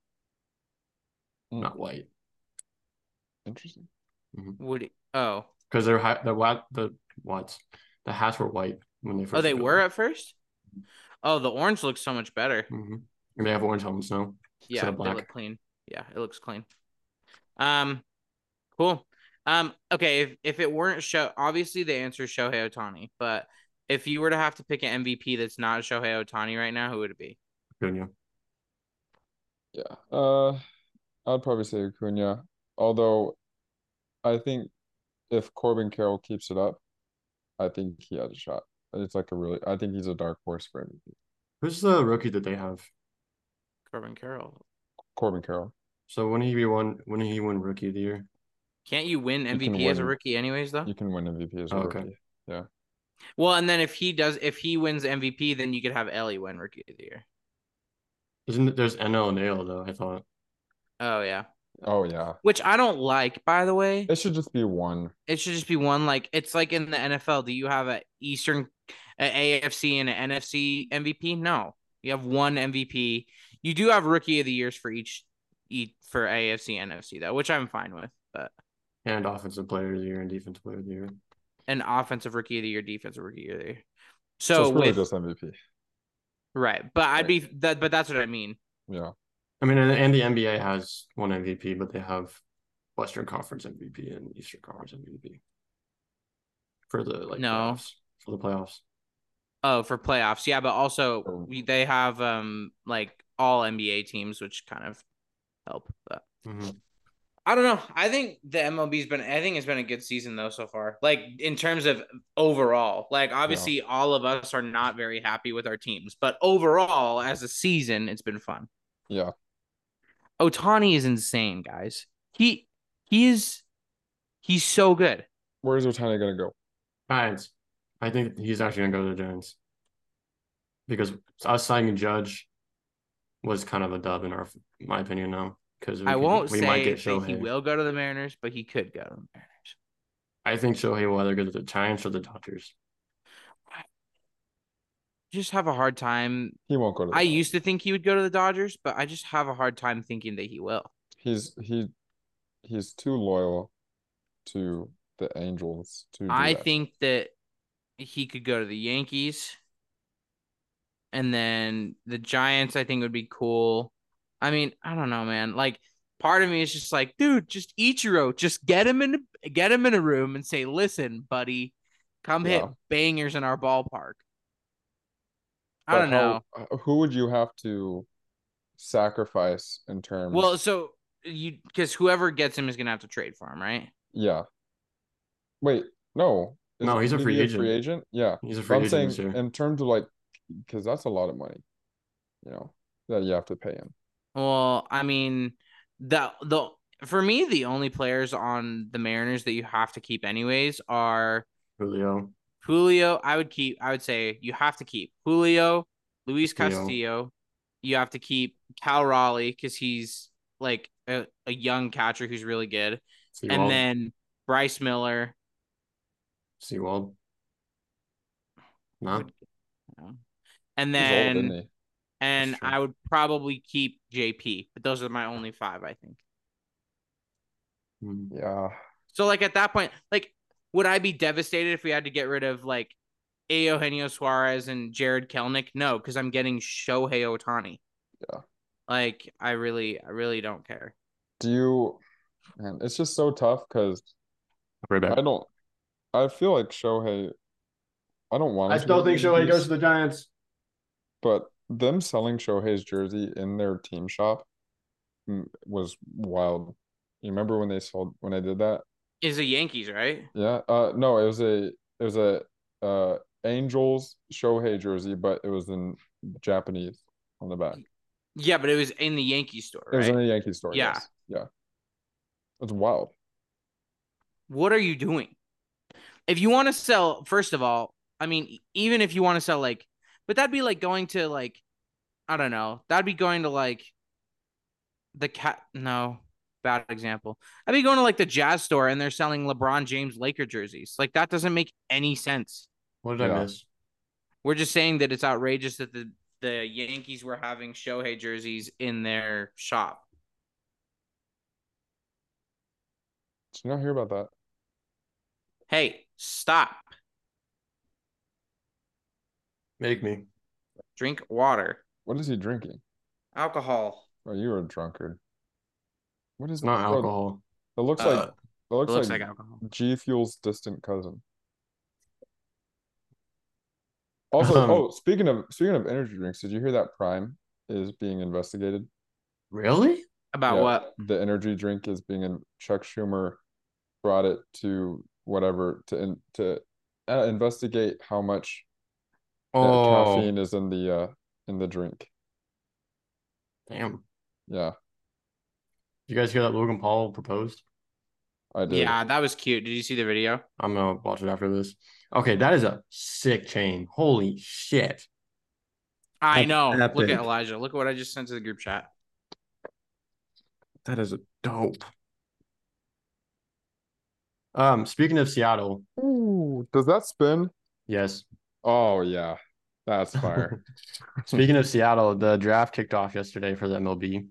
[SPEAKER 3] Mm.
[SPEAKER 1] not white,
[SPEAKER 3] Interesting.
[SPEAKER 2] would oh
[SPEAKER 1] because their hat, the what, the what, the hats were white when they first.
[SPEAKER 2] oh they were at first. Oh, the orange looks so much better.
[SPEAKER 1] hmm And they have orange helmets now.
[SPEAKER 2] Yeah,
[SPEAKER 1] of
[SPEAKER 2] they
[SPEAKER 1] black.
[SPEAKER 2] look clean. Yeah, it looks clean. Um, cool. Um, okay. If if it weren't show, obviously the answer is Shohei Otani. But if you were to have to pick an MVP that's not Shohei Otani right now, who would it be?
[SPEAKER 1] Junior.
[SPEAKER 3] Yeah. Uh, I'd probably say Acuna. Although, I think if Corbin Carroll keeps it up, I think he has a shot. It's like a really. I think he's a dark horse for MVP.
[SPEAKER 1] Who's the rookie that they have?
[SPEAKER 2] Corbin Carroll.
[SPEAKER 3] Corbin Carroll.
[SPEAKER 1] So when he be one, when he won rookie of the year,
[SPEAKER 2] Can't you win
[SPEAKER 3] can
[SPEAKER 2] MVP as a
[SPEAKER 3] win.
[SPEAKER 2] rookie, anyways? Though.
[SPEAKER 3] You can win MVP as a
[SPEAKER 1] Oh, okay.
[SPEAKER 3] rookie.
[SPEAKER 2] Well, and then if he does, if he wins MVP, then you could have Ellie win rookie of the year.
[SPEAKER 1] isn't it- there's NL and AL though? I thought
[SPEAKER 2] Oh yeah,
[SPEAKER 3] Oh yeah.
[SPEAKER 2] which I don't like, by the way.
[SPEAKER 3] It should just be one.
[SPEAKER 2] It should just be one. Like it's like in the NFL. Do you have a Eastern, a AFC, and an NFC MVP? No, you have one MVP. You do have Rookie of the Years for each, each for AFC, NFC though, which I'm fine with. But
[SPEAKER 1] and offensive player of the year and defensive player of the year.
[SPEAKER 2] an offensive Rookie of the Year, defensive Rookie of the Year.
[SPEAKER 3] So,
[SPEAKER 2] So
[SPEAKER 3] it's really
[SPEAKER 2] with
[SPEAKER 3] just MVP.
[SPEAKER 2] right, but I'd be that. But that's what I mean.
[SPEAKER 3] Yeah.
[SPEAKER 1] I mean, and, and the NBA has one MVP, but they have Western Conference MVP and Eastern Conference MVP for the like
[SPEAKER 2] No.
[SPEAKER 1] playoffs, for the playoffs.
[SPEAKER 2] Oh, for playoffs, yeah, but also
[SPEAKER 3] Oh.
[SPEAKER 2] we, they have um like all NBA teams, which kind of help. But
[SPEAKER 3] Mm-hmm.
[SPEAKER 2] I don't know. I think the MLB's been. I think it's been a good season though so far. Like in terms of overall, like obviously all of us are not very happy with our teams, but overall as a season, it's been fun.
[SPEAKER 3] Yeah.
[SPEAKER 2] Otani is insane, guys. He he is he's so good.
[SPEAKER 3] Where's Otani gonna go?
[SPEAKER 1] Giants. I think he's actually gonna go to the Giants because us signing Judge was kind of a dub in our, my opinion. Now because
[SPEAKER 2] I won't say that he will go to the Mariners, but he could go to the Mariners.
[SPEAKER 1] I think Shohei will either go to the Giants or the Dodgers.
[SPEAKER 2] Just have a hard time.
[SPEAKER 3] He won't go to. The
[SPEAKER 2] I used to think he would go to the Dodgers, but I just have a hard time thinking that he will.
[SPEAKER 3] He's he, he's too loyal to the Angels. To do
[SPEAKER 2] I
[SPEAKER 3] that.
[SPEAKER 2] think that he could go to the Yankees. And then the Giants, I think, would be cool. I mean, I don't know, man. Like, part of me is just like, dude, just Ichiro, just get him in, get him in a room and say, listen, buddy, come hit
[SPEAKER 3] Yeah.
[SPEAKER 2] bangers in our ballpark. I
[SPEAKER 3] But
[SPEAKER 2] don't know.
[SPEAKER 3] how- Who would you have to sacrifice in terms?
[SPEAKER 2] Well, so you because whoever gets him is gonna have to trade for him, right?
[SPEAKER 3] yeah. Wait, no. Is
[SPEAKER 1] No, he's a
[SPEAKER 3] Otani
[SPEAKER 1] free
[SPEAKER 3] Free
[SPEAKER 1] agent.
[SPEAKER 3] agent. Yeah.
[SPEAKER 1] He's a
[SPEAKER 3] But
[SPEAKER 1] free
[SPEAKER 3] I'm
[SPEAKER 1] agent
[SPEAKER 3] saying
[SPEAKER 1] this year.
[SPEAKER 3] in terms of like, because that's a lot of money, you know, that you have to pay him.
[SPEAKER 2] Well, I mean, the the for me the only players on the Mariners that you have to keep anyways are
[SPEAKER 1] Julio.
[SPEAKER 2] Julio, I would keep. I would say you have to keep Julio, Luis
[SPEAKER 1] Castillo.
[SPEAKER 2] Castillo. You have to keep Cal Raleigh because he's like a, a young catcher who's really good,
[SPEAKER 1] Seawald.
[SPEAKER 2] and then Bryce Miller.
[SPEAKER 1] Seawald. No.
[SPEAKER 2] would- no. and
[SPEAKER 3] He's old, isn't
[SPEAKER 2] then
[SPEAKER 3] he?
[SPEAKER 2] and
[SPEAKER 1] That's true.
[SPEAKER 2] I would probably keep JP, but those are my only five, I think.
[SPEAKER 1] Mm.
[SPEAKER 3] Yeah.
[SPEAKER 2] So like at that point, like would I be devastated if we had to get rid of like A. Eugenio Suarez and Jared Kelnick? No, because I'm getting Shohei Otani.
[SPEAKER 3] Yeah.
[SPEAKER 2] Like I really, I really don't care.
[SPEAKER 3] Do you? Man, it's just so tough because
[SPEAKER 1] Right
[SPEAKER 3] I
[SPEAKER 1] back.
[SPEAKER 3] don't. I feel like Shohei. I don't want.
[SPEAKER 1] I
[SPEAKER 3] him to
[SPEAKER 1] still
[SPEAKER 3] go to
[SPEAKER 1] think Shohei
[SPEAKER 3] Yankees,
[SPEAKER 1] goes to the Giants.
[SPEAKER 3] But them selling Shohei's jersey in their team shop mm, was wild. You remember when they sold when they did that?
[SPEAKER 2] Is a Yankees, right?
[SPEAKER 3] Yeah. Uh, no, it was a it was a uh Angels Shohei jersey, but it was in Japanese on the back.
[SPEAKER 2] Yeah, but it was in the Yankee store,
[SPEAKER 3] It was
[SPEAKER 2] right?
[SPEAKER 3] in a Yankee store.
[SPEAKER 2] Yeah.
[SPEAKER 3] yes. Yeah. It's wild.
[SPEAKER 2] what are you doing? If you want to sell, first of all, I mean, even if you want to sell like, but that'd be like going to like, I don't know, that'd be going to like the cat. No, bad example. I'd be going to like the jazz store and they're selling LeBron James Laker jerseys. Like that doesn't make any sense.
[SPEAKER 1] What did
[SPEAKER 3] Yeah.
[SPEAKER 1] I miss?
[SPEAKER 2] We're just saying that it's outrageous that the the Yankees were having Shohei jerseys in their shop.
[SPEAKER 3] Did you not hear about that?
[SPEAKER 2] Hey, stop.
[SPEAKER 1] Make me.
[SPEAKER 2] Drink water.
[SPEAKER 3] What is he drinking?
[SPEAKER 2] Alcohol.
[SPEAKER 3] Oh, you were a drunkard. What is
[SPEAKER 1] It's not
[SPEAKER 3] bro,
[SPEAKER 1] alcohol.
[SPEAKER 3] It looks like
[SPEAKER 2] Uh,
[SPEAKER 3] it looks,
[SPEAKER 2] Looks,
[SPEAKER 3] like,
[SPEAKER 2] like alcohol.
[SPEAKER 3] G Fuel's distant cousin. Also,
[SPEAKER 1] Um,
[SPEAKER 3] oh, speaking of speaking of energy drinks, did you hear that Prime is being investigated?
[SPEAKER 2] Mm-hmm.
[SPEAKER 1] Really?
[SPEAKER 2] About
[SPEAKER 3] Yeah,
[SPEAKER 2] what?
[SPEAKER 3] The energy drink is being in Chuck Schumer brought it to whatever to in, to uh, investigate how much uh,
[SPEAKER 1] Oh,
[SPEAKER 3] caffeine is in the uh in the drink.
[SPEAKER 1] damn.
[SPEAKER 3] Yeah,
[SPEAKER 1] Did you guys hear that Logan Paul proposed?
[SPEAKER 3] I did.
[SPEAKER 2] Yeah, that was cute. Did you see the video?
[SPEAKER 1] I'm gonna watch it after this. Okay, that is a sick chain. Holy shit.
[SPEAKER 2] I
[SPEAKER 1] That's
[SPEAKER 2] know. Look
[SPEAKER 1] epic.
[SPEAKER 2] at Elijah. Look at what I just sent to the group chat.
[SPEAKER 1] That is a dope. Um, speaking of Seattle,
[SPEAKER 3] Ooh, does that spin?
[SPEAKER 1] yes.
[SPEAKER 3] Oh yeah, that's fire.
[SPEAKER 1] speaking of Seattle, the draft kicked off yesterday for the MLB.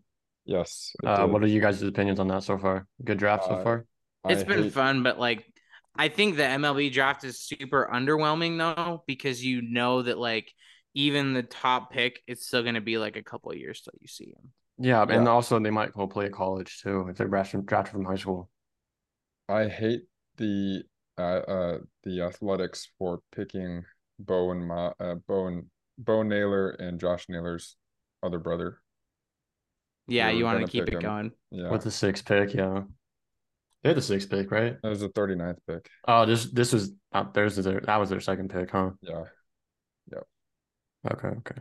[SPEAKER 3] yes. it
[SPEAKER 1] Uh,
[SPEAKER 3] did.
[SPEAKER 1] what are you guys' opinions on that so far? Good draft so
[SPEAKER 3] Uh,
[SPEAKER 1] far.
[SPEAKER 3] I
[SPEAKER 2] It's been
[SPEAKER 3] hate-
[SPEAKER 2] fun, but like I think the MLB draft is super underwhelming though, because you know that like even the top pick, it's still gonna be like a couple of years till you see him.
[SPEAKER 1] Yeah, and
[SPEAKER 3] yeah.
[SPEAKER 1] also they might go play at college too if they're drafted drafted from high school.
[SPEAKER 3] I hate the uh, uh the Athletics for picking Bo and Ma uh, Bo and Bo Naylor and Josh Naylor's other brother.
[SPEAKER 2] Yeah,
[SPEAKER 3] We're
[SPEAKER 2] you want to
[SPEAKER 3] gonna
[SPEAKER 2] keep
[SPEAKER 3] pick
[SPEAKER 2] it
[SPEAKER 3] him.
[SPEAKER 2] going.
[SPEAKER 3] Yeah.
[SPEAKER 1] with the sixth pick. Yeah, they had the sixth pick, right?
[SPEAKER 3] That was the 39th pick.
[SPEAKER 1] Oh, this this was uh, theirs. is Their, that was their second pick, huh?
[SPEAKER 3] Yeah.
[SPEAKER 1] Okay, okay.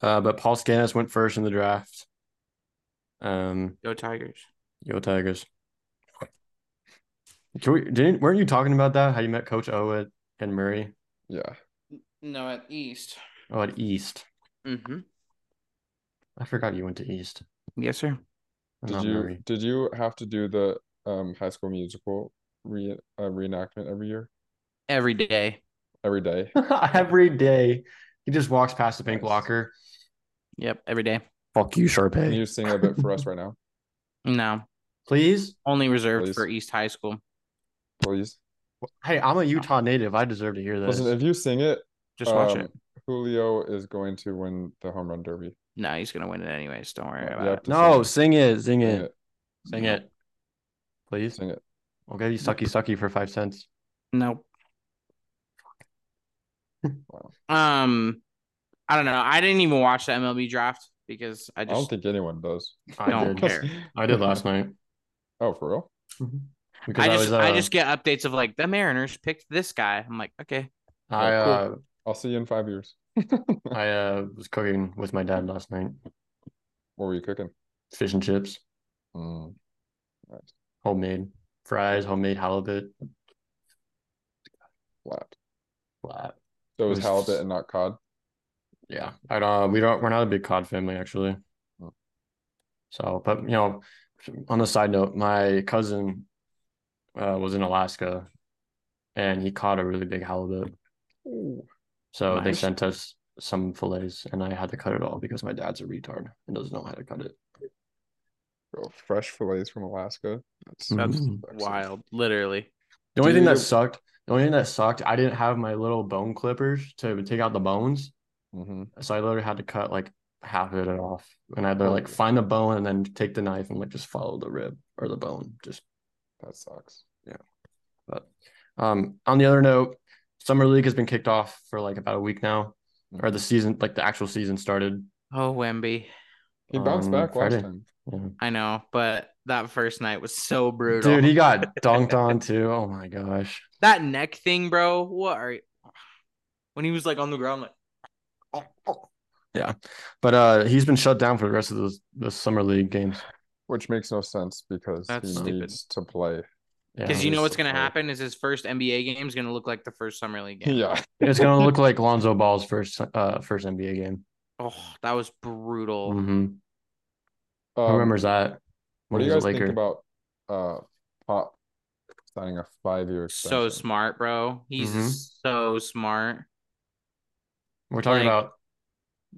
[SPEAKER 1] Uh, but Paul Scannis went first in the draft. Um,
[SPEAKER 2] Go Tigers.
[SPEAKER 1] yo Tigers. Can we didn't weren't you talking about that? How you met Coach O at and Murray?
[SPEAKER 3] Yeah.
[SPEAKER 2] No, at East.
[SPEAKER 1] Oh, at East.
[SPEAKER 2] Mm-hmm.
[SPEAKER 1] I forgot you went to East.
[SPEAKER 2] Yes, sir.
[SPEAKER 1] and
[SPEAKER 3] Did
[SPEAKER 1] Not
[SPEAKER 3] you
[SPEAKER 1] Murray.
[SPEAKER 3] did you have to do the um high school musical re uh, reenactment every year?
[SPEAKER 2] Every day.
[SPEAKER 3] Every day?
[SPEAKER 1] Every day he just walks past the pink
[SPEAKER 3] Nice.
[SPEAKER 1] locker.
[SPEAKER 2] Yep, every day.
[SPEAKER 1] Fuck you,
[SPEAKER 3] Can
[SPEAKER 1] Sharpay.
[SPEAKER 3] you sing a bit for us right now,
[SPEAKER 2] No,
[SPEAKER 1] Please.
[SPEAKER 2] only reserved
[SPEAKER 3] Please.
[SPEAKER 2] for East High School.
[SPEAKER 3] please?
[SPEAKER 1] Hey, I'm a Utah native. I deserve to hear this.
[SPEAKER 3] Listen, if you sing it,
[SPEAKER 2] Just watch
[SPEAKER 3] um,
[SPEAKER 2] it.
[SPEAKER 3] Julio is going to win the home run derby.
[SPEAKER 2] No, he's gonna win it anyways. Don't worry
[SPEAKER 3] Yeah,
[SPEAKER 2] about
[SPEAKER 3] yep.
[SPEAKER 2] it.
[SPEAKER 1] no, sing it, sing
[SPEAKER 3] Sing
[SPEAKER 1] it,
[SPEAKER 3] it.
[SPEAKER 1] sing it. Please.
[SPEAKER 3] Sing it.
[SPEAKER 1] I'll give you sucky sucky for five cents.
[SPEAKER 2] Nope.
[SPEAKER 3] Wow.
[SPEAKER 1] Hmm.
[SPEAKER 2] Um, I don't know. I didn't even watch the MLB draft because I
[SPEAKER 3] I don't
[SPEAKER 2] just
[SPEAKER 3] think anyone does.
[SPEAKER 1] I
[SPEAKER 2] Don't
[SPEAKER 1] did.
[SPEAKER 2] care.
[SPEAKER 1] I did last night.
[SPEAKER 3] Oh, for real?
[SPEAKER 1] Because
[SPEAKER 2] I
[SPEAKER 1] I,
[SPEAKER 2] just
[SPEAKER 1] was, uh,
[SPEAKER 2] I just get updates of like the Mariners picked this guy. I'm like, okay,
[SPEAKER 1] I uh,
[SPEAKER 3] I'll see you in five years.
[SPEAKER 1] I uh, was cooking with my dad last night,
[SPEAKER 3] What were you cooking?
[SPEAKER 1] fish and chips,
[SPEAKER 3] Mm.
[SPEAKER 1] homemade fries, homemade halibut.
[SPEAKER 3] Flat.
[SPEAKER 1] Wow.
[SPEAKER 3] So it was
[SPEAKER 1] Was-
[SPEAKER 3] halibut and not cod.
[SPEAKER 1] Yeah, I don't. We don't. We're not a big cod family, actually. Hmm.
[SPEAKER 3] Mm.
[SPEAKER 1] So, but you know, on the side note, my cousin uh, was in Alaska, and he caught a really big halibut. So they
[SPEAKER 2] Nice.
[SPEAKER 1] sent us some fillets, and I had to cut it all because my dad's a retard and doesn't know how to cut it.
[SPEAKER 3] Bro, fresh fillets from Alaska. That's,
[SPEAKER 1] That's
[SPEAKER 3] excellent.
[SPEAKER 2] wild, literally.
[SPEAKER 1] The only thing that
[SPEAKER 3] Dude.
[SPEAKER 1] sucked, the only thing that sucked, I didn't have my little bone clippers to take out the bones,
[SPEAKER 3] Mhm.
[SPEAKER 1] so I literally had to cut like half of it off, and I had to
[SPEAKER 3] Oh.
[SPEAKER 1] like find the bone and then take the knife and like just follow the rib or the bone. Just
[SPEAKER 3] That sucks.
[SPEAKER 1] but um, on the other note, summer league has been kicked off for like about a week now, or the season, like the actual season started.
[SPEAKER 2] Oh, Wemby.
[SPEAKER 3] He bounced
[SPEAKER 1] on
[SPEAKER 3] back
[SPEAKER 1] Um, Friday.
[SPEAKER 3] last time.
[SPEAKER 1] Yeah.
[SPEAKER 2] I know, but that first night was so brutal.
[SPEAKER 1] Dude, he got dunked on too. Oh my gosh.
[SPEAKER 2] that neck thing, bro. What are you... when he was like on the ground, like
[SPEAKER 1] But uh, he's been shut down for the rest of the, the summer league games.
[SPEAKER 3] Which makes no sense because
[SPEAKER 2] That's
[SPEAKER 3] he
[SPEAKER 2] stupid.
[SPEAKER 3] needs to play.
[SPEAKER 1] Yeah.
[SPEAKER 2] because you know
[SPEAKER 3] he's
[SPEAKER 2] what's
[SPEAKER 3] so
[SPEAKER 2] gonna
[SPEAKER 3] sorry.
[SPEAKER 2] happen is his first NBA game is gonna look like the first summer league game.
[SPEAKER 3] Yeah.
[SPEAKER 1] It's gonna look like Lonzo Ball's first uh first NBA game.
[SPEAKER 2] Oh, that was brutal.
[SPEAKER 1] hmm
[SPEAKER 3] Um,
[SPEAKER 1] Who remembers that?
[SPEAKER 3] What
[SPEAKER 1] When
[SPEAKER 3] do
[SPEAKER 1] he
[SPEAKER 3] you
[SPEAKER 1] was
[SPEAKER 3] guys
[SPEAKER 1] a
[SPEAKER 3] think
[SPEAKER 1] Laker.
[SPEAKER 3] about uh Pop signing a five-year extension?
[SPEAKER 2] So smart, bro. He's
[SPEAKER 1] Mm-hmm.
[SPEAKER 2] so smart.
[SPEAKER 1] We're talking
[SPEAKER 2] like-
[SPEAKER 1] about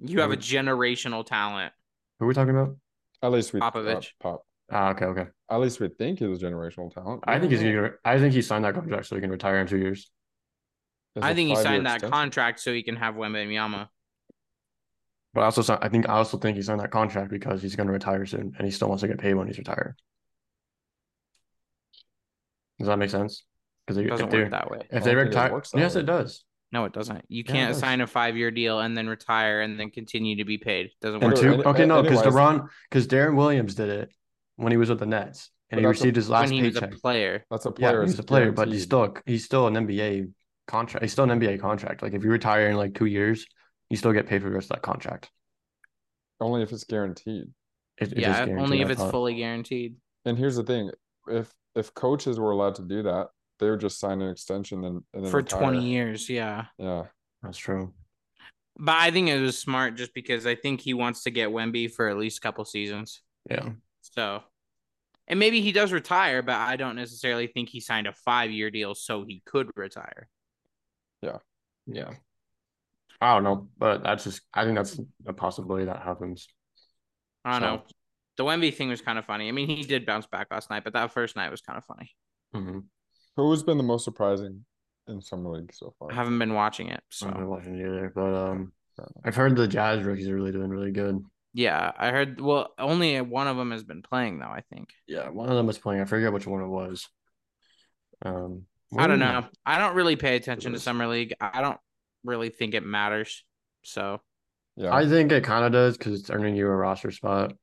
[SPEAKER 2] You have a
[SPEAKER 1] Mhm.
[SPEAKER 2] generational talent.
[SPEAKER 1] who are we talking about?
[SPEAKER 3] At least we uh,
[SPEAKER 2] Popovich.
[SPEAKER 3] Pop.
[SPEAKER 1] Ah, okay, okay.
[SPEAKER 3] At least we think he's a generational talent.
[SPEAKER 1] I
[SPEAKER 3] We
[SPEAKER 1] think
[SPEAKER 3] don't
[SPEAKER 1] he's
[SPEAKER 3] know.
[SPEAKER 1] gonna. I think he signed that contract so he can retire in two years.
[SPEAKER 3] It's
[SPEAKER 2] I
[SPEAKER 3] a
[SPEAKER 2] think he
[SPEAKER 3] five-year
[SPEAKER 2] signed that
[SPEAKER 3] extension.
[SPEAKER 2] contract so he can have Wembenyama.
[SPEAKER 1] But I also, si- I think I also think he signed that contract because he's gonna retire soon and he still wants to get paid when he's retired. Does that make sense? Because
[SPEAKER 2] It
[SPEAKER 1] if
[SPEAKER 2] doesn't
[SPEAKER 1] they
[SPEAKER 2] work that way.
[SPEAKER 1] if
[SPEAKER 3] I
[SPEAKER 1] they
[SPEAKER 3] don't think it
[SPEAKER 1] retire,
[SPEAKER 3] works that
[SPEAKER 1] yes,
[SPEAKER 3] way.
[SPEAKER 1] it does.
[SPEAKER 2] No, it doesn't. You
[SPEAKER 1] Yeah, it
[SPEAKER 2] can't
[SPEAKER 1] does.
[SPEAKER 2] sign a five year deal and then retire and then continue to be paid. doesn't
[SPEAKER 1] And
[SPEAKER 2] work.
[SPEAKER 3] Bro,
[SPEAKER 1] two,
[SPEAKER 3] any-
[SPEAKER 1] okay, no, because
[SPEAKER 3] anyways-
[SPEAKER 1] Deron, because Darren Williams did it when he was with the Nets and
[SPEAKER 3] But
[SPEAKER 1] he
[SPEAKER 3] that's a-
[SPEAKER 1] received his
[SPEAKER 2] when
[SPEAKER 1] last
[SPEAKER 2] he was a
[SPEAKER 1] paycheck.
[SPEAKER 2] player.
[SPEAKER 3] That's a
[SPEAKER 1] Yeah,
[SPEAKER 3] player.
[SPEAKER 1] he's
[SPEAKER 3] is
[SPEAKER 1] a player, but he's
[SPEAKER 3] guaranteed.
[SPEAKER 1] still he's still an NBA contract. He's still an NBA contract. Like if you retire in like two years, you still get paid for the rest of that contract.
[SPEAKER 3] only if it's guaranteed.
[SPEAKER 1] It, it is
[SPEAKER 2] yeah,
[SPEAKER 1] guaranteed,
[SPEAKER 2] only if
[SPEAKER 1] I
[SPEAKER 2] it's
[SPEAKER 1] thought.
[SPEAKER 2] fully guaranteed.
[SPEAKER 3] And here's the thing: if if coaches were allowed to do that, they would just sign an extension and, and then
[SPEAKER 2] for
[SPEAKER 3] retire.
[SPEAKER 2] 20 years yeah
[SPEAKER 3] Yeah,
[SPEAKER 1] That's true.
[SPEAKER 2] but i think it was smart just because i think he wants to get wemby for at least a couple seasons
[SPEAKER 1] Yeah,
[SPEAKER 2] so and maybe he does retire but i don't necessarily think he signed a five year deal so he could retire
[SPEAKER 1] yeah. I don't know, but that's just I think that's a possibility that happens.
[SPEAKER 2] i don't
[SPEAKER 1] So-
[SPEAKER 2] know the wemby thing was kind of funny i mean he did bounce back last night but that first night was kind of funny
[SPEAKER 1] Mm-hmm.
[SPEAKER 3] who's been the most surprising in summer league so far?
[SPEAKER 2] i haven't been watching it so
[SPEAKER 1] I'm not watching it either, but um,
[SPEAKER 3] Fair enough.
[SPEAKER 1] I've heard the Jazz rookies are really doing really good.
[SPEAKER 2] yeah i heard well only one of them has been playing though i think
[SPEAKER 1] Yeah, one of them was playing. I forget which one it was. Um,
[SPEAKER 2] I don't
[SPEAKER 1] where-
[SPEAKER 2] know. I don't really pay attention to
[SPEAKER 1] is.
[SPEAKER 2] summer league. I I don't really think it matters. So
[SPEAKER 3] Yeah.
[SPEAKER 1] I think it kind of does because it's earning you a roster spot.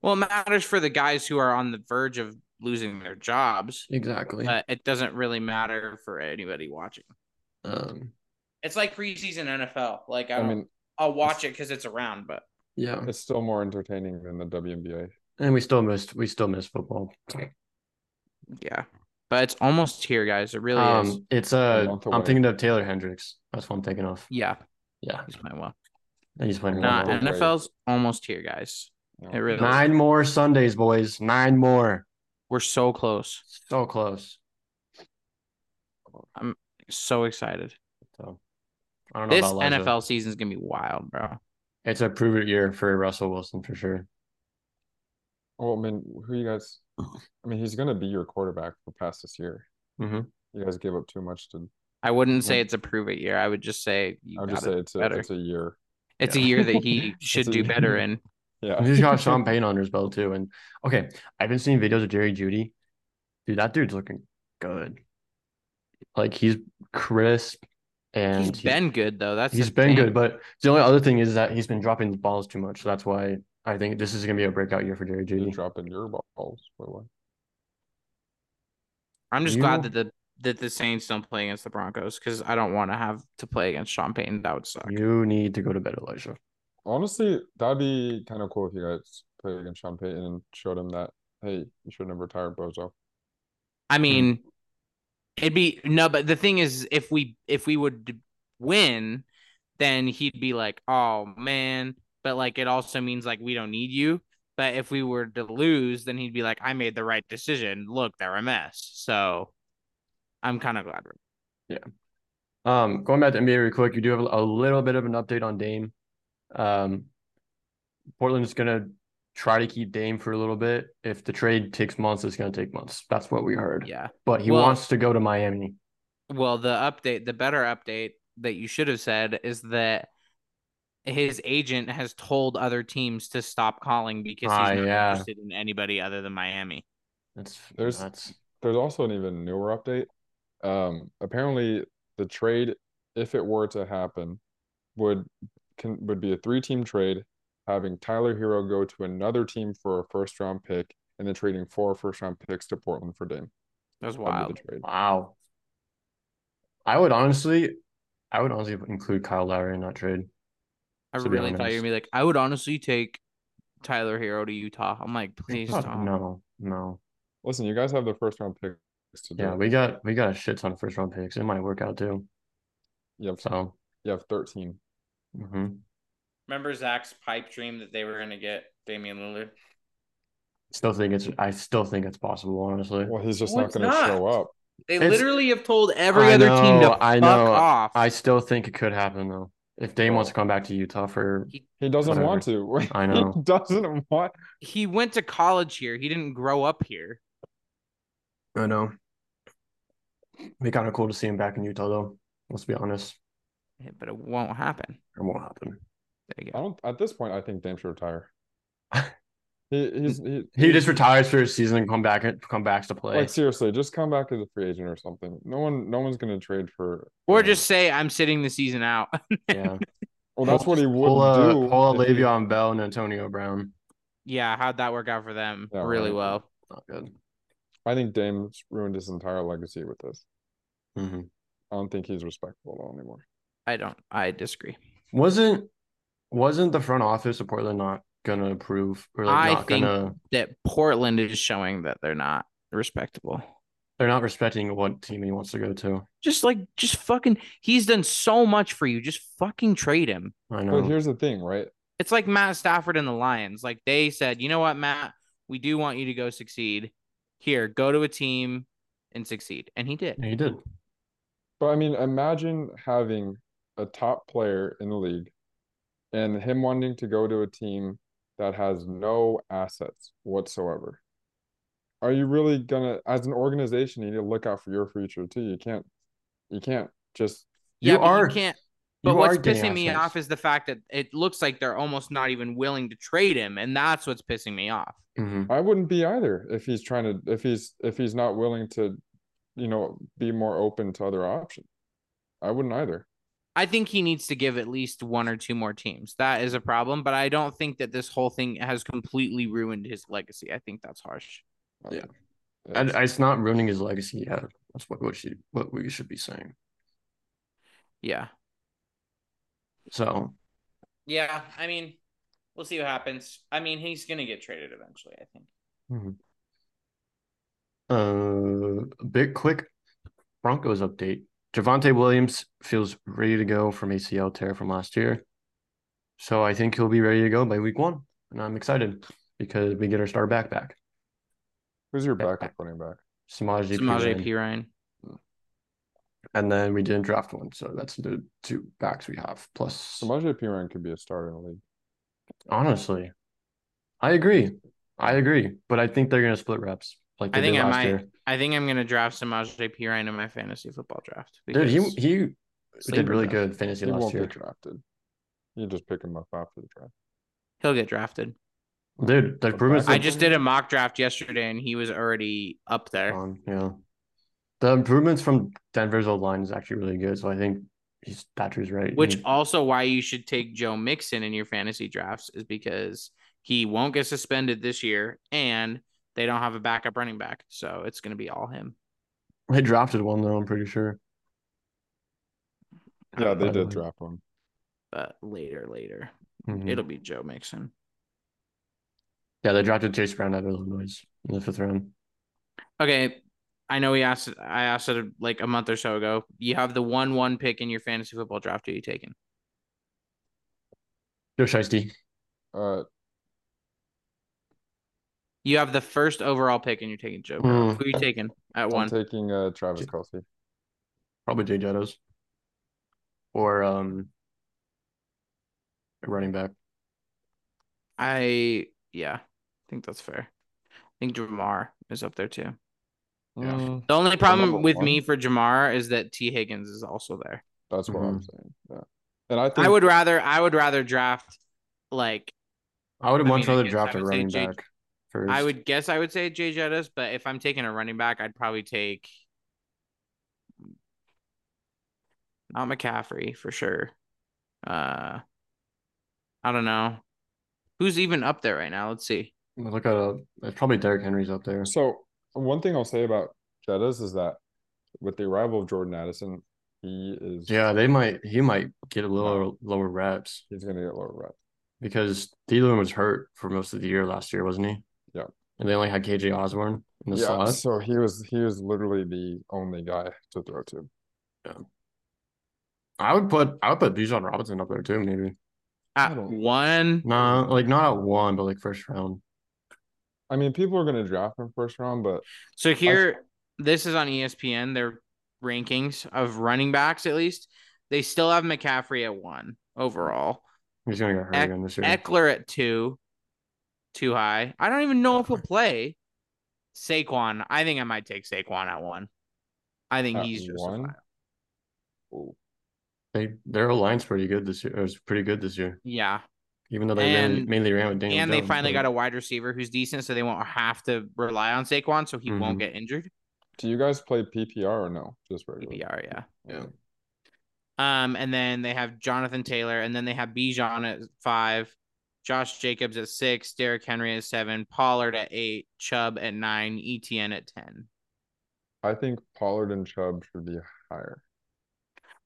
[SPEAKER 2] Well, it matters for the guys who are on the verge of losing their jobs,
[SPEAKER 1] Exactly.
[SPEAKER 2] but it doesn't really matter for anybody watching.
[SPEAKER 1] Um,
[SPEAKER 2] It's like preseason NFL. Like I,
[SPEAKER 3] I
[SPEAKER 2] don't,
[SPEAKER 3] mean,
[SPEAKER 2] I'll watch it because it's around, but
[SPEAKER 1] yeah,
[SPEAKER 3] it's still more entertaining than the WNBA.
[SPEAKER 1] and we still missed we still miss football.
[SPEAKER 2] yeah, but it's almost here, guys. It really is.
[SPEAKER 1] Um, it's uh,
[SPEAKER 3] month
[SPEAKER 1] I'm
[SPEAKER 3] away.
[SPEAKER 1] thinking of Taylor Hendricks. That's what I'm thinking of.
[SPEAKER 2] Yeah,
[SPEAKER 1] Yeah,
[SPEAKER 2] he's playing well.
[SPEAKER 1] and he's playing.
[SPEAKER 2] Nah,
[SPEAKER 1] really well.
[SPEAKER 3] away.
[SPEAKER 2] NFL's almost here, guys.
[SPEAKER 3] No.
[SPEAKER 2] It really-
[SPEAKER 1] Nine more Sundays, boys. Nine more.
[SPEAKER 2] We're so close.
[SPEAKER 1] So close.
[SPEAKER 2] So excited.
[SPEAKER 1] So I don't know
[SPEAKER 2] This
[SPEAKER 1] about Liza.
[SPEAKER 2] NFL season's gonna be wild, bro.
[SPEAKER 1] It's a prove it year for Russell Wilson for sure.
[SPEAKER 3] Well, I mean, who you guys? I mean, he's gonna be your quarterback for past this year.
[SPEAKER 1] Mhm.
[SPEAKER 3] You guys gave up too much to.
[SPEAKER 2] I wouldn't say
[SPEAKER 3] Yeah.
[SPEAKER 2] it's a prove it year. I would just say you
[SPEAKER 3] I would
[SPEAKER 2] got
[SPEAKER 3] just
[SPEAKER 2] it.
[SPEAKER 3] say it's a,
[SPEAKER 2] better.
[SPEAKER 3] it's a year.
[SPEAKER 2] It's
[SPEAKER 1] Yeah.
[SPEAKER 2] a year that he should
[SPEAKER 3] a
[SPEAKER 2] do
[SPEAKER 3] year.
[SPEAKER 2] better in.
[SPEAKER 3] Yeah.
[SPEAKER 1] He's got Sean Payne under his belt too. And okay, I've been seeing videos of Jerry Judy. Dude, that dude's looking good. Like he's crisp, and
[SPEAKER 2] He's been good though. That's
[SPEAKER 1] he's
[SPEAKER 2] has
[SPEAKER 1] been good. But the only other thing is that he's been dropping the balls too much. So that's why I think this is gonna be a breakout year for Jerry
[SPEAKER 3] You're
[SPEAKER 1] Judy.
[SPEAKER 3] dropping your balls. Wait, what?
[SPEAKER 2] I'm just
[SPEAKER 1] You-
[SPEAKER 2] glad that the that the Saints don't play against the Broncos because I don't want to have to play against Sean Payton. That would suck.
[SPEAKER 1] You need to go to bed, Elijah.
[SPEAKER 3] Honestly, that'd be kind of cool if you guys played against Sean Payton and showed him that hey, you shouldn't have retired Bozo.
[SPEAKER 2] I mean, it'd be no, but the thing is, if we if we would d- win, then he'd be like, "Oh man," but like it also means like we don't need you. But if we were to lose, then he'd be like, "I made the right decision. Look, they're a mess." So, I'm kind of glad. we're-
[SPEAKER 1] Um, going back to NBA real quick, you do have a little bit of an update on Dame. Um, Portland's gonna try to keep Dame for a little bit. If the trade takes months, it's gonna take months. That's what we heard.
[SPEAKER 2] Yeah.
[SPEAKER 1] But he
[SPEAKER 2] Well-
[SPEAKER 1] wants to go to Miami.
[SPEAKER 2] Well, the update, the better update that you should have said is that his agent has told other teams to stop calling because he's
[SPEAKER 1] Ah,
[SPEAKER 2] not
[SPEAKER 1] yeah.
[SPEAKER 2] interested in anybody other than Miami.
[SPEAKER 1] That's
[SPEAKER 3] There's-
[SPEAKER 1] that's
[SPEAKER 3] There's also an even newer update. Um, apparently the trade, if it were to happen, would can would be a three-team trade, having Tyler Hero go to another team for a first-round pick, and then trading four first-round picks to Portland for Dame.
[SPEAKER 2] That's
[SPEAKER 3] That'd
[SPEAKER 2] wild.
[SPEAKER 3] be the trade.
[SPEAKER 1] wow. I would honestly, I would honestly include Kyle Lowry in that trade.
[SPEAKER 2] I
[SPEAKER 1] to be
[SPEAKER 2] really thought you
[SPEAKER 1] honest.
[SPEAKER 2] were gonna be like, I would honestly take Tyler Hero to Utah. I'm like, please
[SPEAKER 1] Oh,
[SPEAKER 2] don't.
[SPEAKER 1] no, no.
[SPEAKER 3] Listen, you guys have the first-round picks to do.
[SPEAKER 1] Yeah,
[SPEAKER 3] it.
[SPEAKER 1] we got we got a shit ton of first round picks. It might work out too.
[SPEAKER 3] You have
[SPEAKER 1] So,
[SPEAKER 3] you have 13.
[SPEAKER 1] mhm.
[SPEAKER 2] Remember Zach's pipe dream that they were gonna get Damian Lillard?
[SPEAKER 1] still think it's I still think it's possible. Honestly,
[SPEAKER 3] Well, he's just
[SPEAKER 2] Well,
[SPEAKER 3] not
[SPEAKER 2] it's
[SPEAKER 3] going to
[SPEAKER 2] not.
[SPEAKER 3] show up.
[SPEAKER 2] They
[SPEAKER 1] It's-
[SPEAKER 2] literally have told every
[SPEAKER 1] I
[SPEAKER 2] other team
[SPEAKER 1] know,
[SPEAKER 2] to
[SPEAKER 1] I
[SPEAKER 2] fuck
[SPEAKER 1] know.
[SPEAKER 2] off.
[SPEAKER 1] I still think it could happen though. If Dame wants to come back to Utah for
[SPEAKER 3] He doesn't want to.
[SPEAKER 1] I know.
[SPEAKER 3] He doesn't want.
[SPEAKER 2] He went to college here. He didn't grow up here.
[SPEAKER 1] I know. Be kind of cool to see him back in Utah though. Let's be honest.
[SPEAKER 2] Yeah, But it won't happen.
[SPEAKER 1] It won't happen.
[SPEAKER 2] There you
[SPEAKER 3] I
[SPEAKER 2] go.
[SPEAKER 3] don't. At this point, I think Dame should retire. He he's he,
[SPEAKER 1] He just retires for his season and come back and come back to play.
[SPEAKER 3] like seriously. Just come back as a free agent or something. No one no one's going to trade for.
[SPEAKER 2] Or
[SPEAKER 3] you know-
[SPEAKER 2] just say I'm sitting the season out.
[SPEAKER 1] yeah.
[SPEAKER 3] Well, that's what he would
[SPEAKER 1] Pull uh,
[SPEAKER 3] do.
[SPEAKER 1] pull out
[SPEAKER 3] if he-
[SPEAKER 1] Le'Veon Bell and Antonio Brown.
[SPEAKER 2] yeah, how'd that work out for them?
[SPEAKER 3] Yeah,
[SPEAKER 2] really
[SPEAKER 3] right.
[SPEAKER 2] well.
[SPEAKER 1] Not good.
[SPEAKER 3] I think Dame's ruined his entire legacy with this.
[SPEAKER 1] hmm
[SPEAKER 3] I don't think he's respectable at all anymore.
[SPEAKER 2] I don't. I disagree.
[SPEAKER 1] Wasn't wasn't the front office of Portland not gonna approve or like
[SPEAKER 2] I
[SPEAKER 1] not
[SPEAKER 2] think-
[SPEAKER 1] gonna
[SPEAKER 2] That Portland is showing that they're not respectable.
[SPEAKER 1] they're not respecting what team he wants to go to.
[SPEAKER 2] Just like, just fucking. He's done so much for you. Just fucking trade him.
[SPEAKER 1] I
[SPEAKER 3] But
[SPEAKER 1] know.
[SPEAKER 3] here's the thing, right?
[SPEAKER 2] It's like Matt Stafford and the Lions. Like they said, you know what, Matt, we do want you to go succeed. Here, go to a team and succeed, and he did.
[SPEAKER 1] He did.
[SPEAKER 3] But I mean, imagine having a top player in the league and him wanting to go to a team that has no assets whatsoever. Are you really gonna, as an organization, you need to look out for your future too? You can't, you can't just
[SPEAKER 1] You
[SPEAKER 2] yeah, but
[SPEAKER 1] are-
[SPEAKER 2] You can't.
[SPEAKER 1] you
[SPEAKER 2] But what's
[SPEAKER 1] are getting
[SPEAKER 2] pissing me
[SPEAKER 1] assets.
[SPEAKER 2] off is the fact that it looks like they're almost not even willing to trade him, and that's what's pissing me off.
[SPEAKER 1] hmm
[SPEAKER 3] I wouldn't be either if he's trying to if he's if he's not willing to, you know, be more open to other options. I wouldn't either.
[SPEAKER 2] I think he needs to give at least one or two more teams. That is a problem, but I don't think that this whole thing has completely ruined his legacy. I think that's harsh.
[SPEAKER 1] Yeah.
[SPEAKER 3] Uh,
[SPEAKER 1] And it's not ruining his legacy yet. That's what what, she, what we should be saying.
[SPEAKER 2] Yeah.
[SPEAKER 1] So
[SPEAKER 2] Yeah. I mean, we'll see what happens. I mean, he's going to get traded eventually, I think.
[SPEAKER 1] Mhm. Uh, a bit quick Broncos update. Javante Williams feels ready to go from ACL tear from last year. So I think he'll be ready to go by week one. And I'm excited because we get our star back back.
[SPEAKER 3] Who's your backup running back?
[SPEAKER 1] Samaje
[SPEAKER 2] Samaje
[SPEAKER 1] Perine.
[SPEAKER 2] P. Ryan.
[SPEAKER 1] And then we didn't draft one. So that's the two backs we have. Plus,
[SPEAKER 3] Samaje Perine could be a starter in the league.
[SPEAKER 1] honestly, I agree. I agree. But I think they're going to split reps like they
[SPEAKER 2] I think
[SPEAKER 1] did
[SPEAKER 2] I
[SPEAKER 1] last
[SPEAKER 2] might-
[SPEAKER 1] year.
[SPEAKER 2] I think I'm going to draft Samaje P. Ryan in my fantasy football draft.
[SPEAKER 1] Dude, he,
[SPEAKER 2] because
[SPEAKER 1] he did
[SPEAKER 2] sleeper
[SPEAKER 1] really
[SPEAKER 2] draft.
[SPEAKER 1] good fantasy
[SPEAKER 3] He
[SPEAKER 1] last
[SPEAKER 3] won't
[SPEAKER 1] year.
[SPEAKER 3] get drafted. You just pick him up after the draft.
[SPEAKER 2] He'll get drafted.
[SPEAKER 1] Dude, the improvements.
[SPEAKER 2] I
[SPEAKER 1] that-
[SPEAKER 2] just did a mock draft yesterday and he was already up there.
[SPEAKER 1] Um, yeah. The improvements from Denver's old line is actually really good. So I think he's Thatcher's right.
[SPEAKER 2] Which
[SPEAKER 1] He-
[SPEAKER 2] also why you should take Joe Mixon in your fantasy drafts is because he won't get suspended this year and they don't have a backup running back. So it's going to be all him.
[SPEAKER 1] they drafted one though, I'm pretty sure.
[SPEAKER 3] Yeah, they
[SPEAKER 1] by the
[SPEAKER 3] did
[SPEAKER 1] way.
[SPEAKER 3] draft him.
[SPEAKER 2] Um, But later, later,
[SPEAKER 1] Mhm.
[SPEAKER 2] it'll be Joe Mixon.
[SPEAKER 1] Yeah, they drafted Chase Brown out of Illinois in the fifth round.
[SPEAKER 2] Okay. I know we asked, I asked it like a month or so ago. You have the 1 1 pick in your fantasy football draft. Are you taking?
[SPEAKER 1] Joe Shiesty.
[SPEAKER 3] Uh,
[SPEAKER 2] You have the first overall pick and you're taking Joe. Burrow.
[SPEAKER 1] Mm,
[SPEAKER 2] Who are you taking at
[SPEAKER 3] I'm
[SPEAKER 2] one?
[SPEAKER 3] taking uh, Travis Kelsey.
[SPEAKER 1] probably Jay Jettos. Or um a running back.
[SPEAKER 2] I, yeah, I think that's fair. I think Jamar is up there too.
[SPEAKER 1] Yeah.
[SPEAKER 3] Mm,
[SPEAKER 2] The only
[SPEAKER 3] number
[SPEAKER 2] problem with me
[SPEAKER 3] one.
[SPEAKER 2] for Jamar is that T. Higgins is also there.
[SPEAKER 3] that's what I'm
[SPEAKER 1] Mhm.
[SPEAKER 3] saying. Yeah. And I think
[SPEAKER 2] I would rather I would rather draft like
[SPEAKER 1] I would have
[SPEAKER 2] I
[SPEAKER 1] much
[SPEAKER 2] mean, I
[SPEAKER 1] rather
[SPEAKER 2] guess I
[SPEAKER 1] drafted a
[SPEAKER 2] would say
[SPEAKER 1] running
[SPEAKER 2] Jay-
[SPEAKER 1] back first.
[SPEAKER 2] I would guess I would say Jay Jettas, but if I'm taking a running back, I'd probably take not McCaffrey for sure. Uh I don't know. Who's even up there right now? Let's see.
[SPEAKER 1] look at uh, it's probably Derrick Henry's up there.
[SPEAKER 3] So one thing I'll say about Jettas is that with the arrival of Jordan Addison, he is
[SPEAKER 1] Yeah, they might he might get a little lower reps.
[SPEAKER 3] he's gonna get lower reps.
[SPEAKER 1] because Thielen was hurt for most of the year last year, wasn't he?
[SPEAKER 3] Yeah.
[SPEAKER 1] And they only had KJ Osborne in the
[SPEAKER 3] yeah,
[SPEAKER 1] slot.
[SPEAKER 3] so he was he was literally the only guy to throw to.
[SPEAKER 1] I would put I would put Bijan Robinson up there too, maybe.
[SPEAKER 2] At
[SPEAKER 3] don't-
[SPEAKER 2] one.
[SPEAKER 1] Nah, like not at one, but like first round.
[SPEAKER 3] I mean, people are gonna draft him first round, but
[SPEAKER 2] So here this is on E ESPN, their rankings of running backs at least. They still have McCaffrey at one overall.
[SPEAKER 1] He's gonna get hurt
[SPEAKER 2] Eck-
[SPEAKER 1] again this year.
[SPEAKER 2] Eckler at two, too high. I don't even know if he'll play. Saquon, I think I might take Saquon at one. I think
[SPEAKER 3] At
[SPEAKER 2] he's
[SPEAKER 3] one?
[SPEAKER 2] justified.
[SPEAKER 3] ooh,
[SPEAKER 1] They their line's pretty good this year. It was pretty good this year,
[SPEAKER 2] Yeah,
[SPEAKER 1] even though they mainly,
[SPEAKER 2] And-
[SPEAKER 1] mainly ran with Daniel.
[SPEAKER 2] and they
[SPEAKER 1] Jones,
[SPEAKER 2] finally
[SPEAKER 1] but-
[SPEAKER 2] got a wide receiver who's decent, so they won't have to rely on Saquon, so he won't
[SPEAKER 3] Mm-hmm.
[SPEAKER 1] Mhm.
[SPEAKER 2] get injured.
[SPEAKER 3] do you guys play PPR or no? Just regular.
[SPEAKER 2] PPR, yeah.
[SPEAKER 1] Yeah.
[SPEAKER 2] Um, and then they have Jonathan Taylor, and then they have Bijan at five, Josh Jacobs at six, Derrick Henry at seven, Pollard at eight, Chubb at nine, ETN at ten.
[SPEAKER 3] I think Pollard and Chubb should be higher.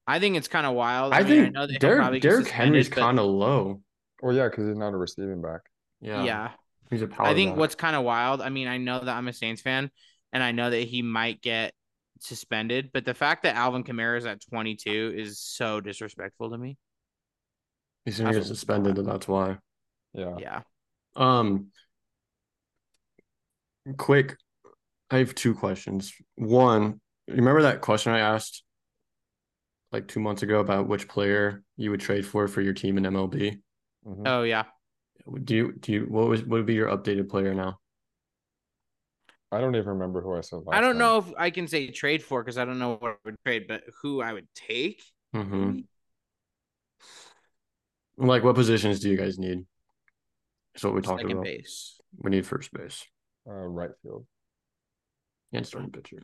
[SPEAKER 2] I think it's kind of wild.
[SPEAKER 1] I,
[SPEAKER 2] mean,
[SPEAKER 1] think
[SPEAKER 2] know they'll probably
[SPEAKER 1] Derek
[SPEAKER 2] get
[SPEAKER 1] Derrick Henry's
[SPEAKER 2] suspended, but-
[SPEAKER 1] kind of low.
[SPEAKER 3] Well, yeah, because he's not a receiving back.
[SPEAKER 1] Yeah.
[SPEAKER 2] yeah.
[SPEAKER 1] He's a power.
[SPEAKER 2] I think
[SPEAKER 1] back.
[SPEAKER 2] what's kind of wild. I mean, I know that I'm a Saints fan, and I know that he might get suspended, but the fact that Alvin Kamara is at 22 is so disrespectful to me.
[SPEAKER 1] he's gonna get
[SPEAKER 2] Absolutely.
[SPEAKER 1] suspended, and that's why.
[SPEAKER 3] Yeah.
[SPEAKER 2] Yeah,
[SPEAKER 1] Um, quick, I have two questions. One, you remember that question I asked like two months ago about which player you would trade for for your team in MLB?
[SPEAKER 3] Mhm.
[SPEAKER 2] Oh yeah.
[SPEAKER 1] Do you do you what was what would be your updated player now?
[SPEAKER 3] I don't even remember who I said. Last
[SPEAKER 2] I don't
[SPEAKER 3] time.
[SPEAKER 2] know if I can say trade for because I don't know what I would trade, but who I would take.
[SPEAKER 1] Mm-hmm. Like, what positions do you guys need? That's what we talked
[SPEAKER 2] Second
[SPEAKER 1] about.
[SPEAKER 2] base.
[SPEAKER 1] We need first base
[SPEAKER 3] Uh, right field.
[SPEAKER 1] and starting pitcher.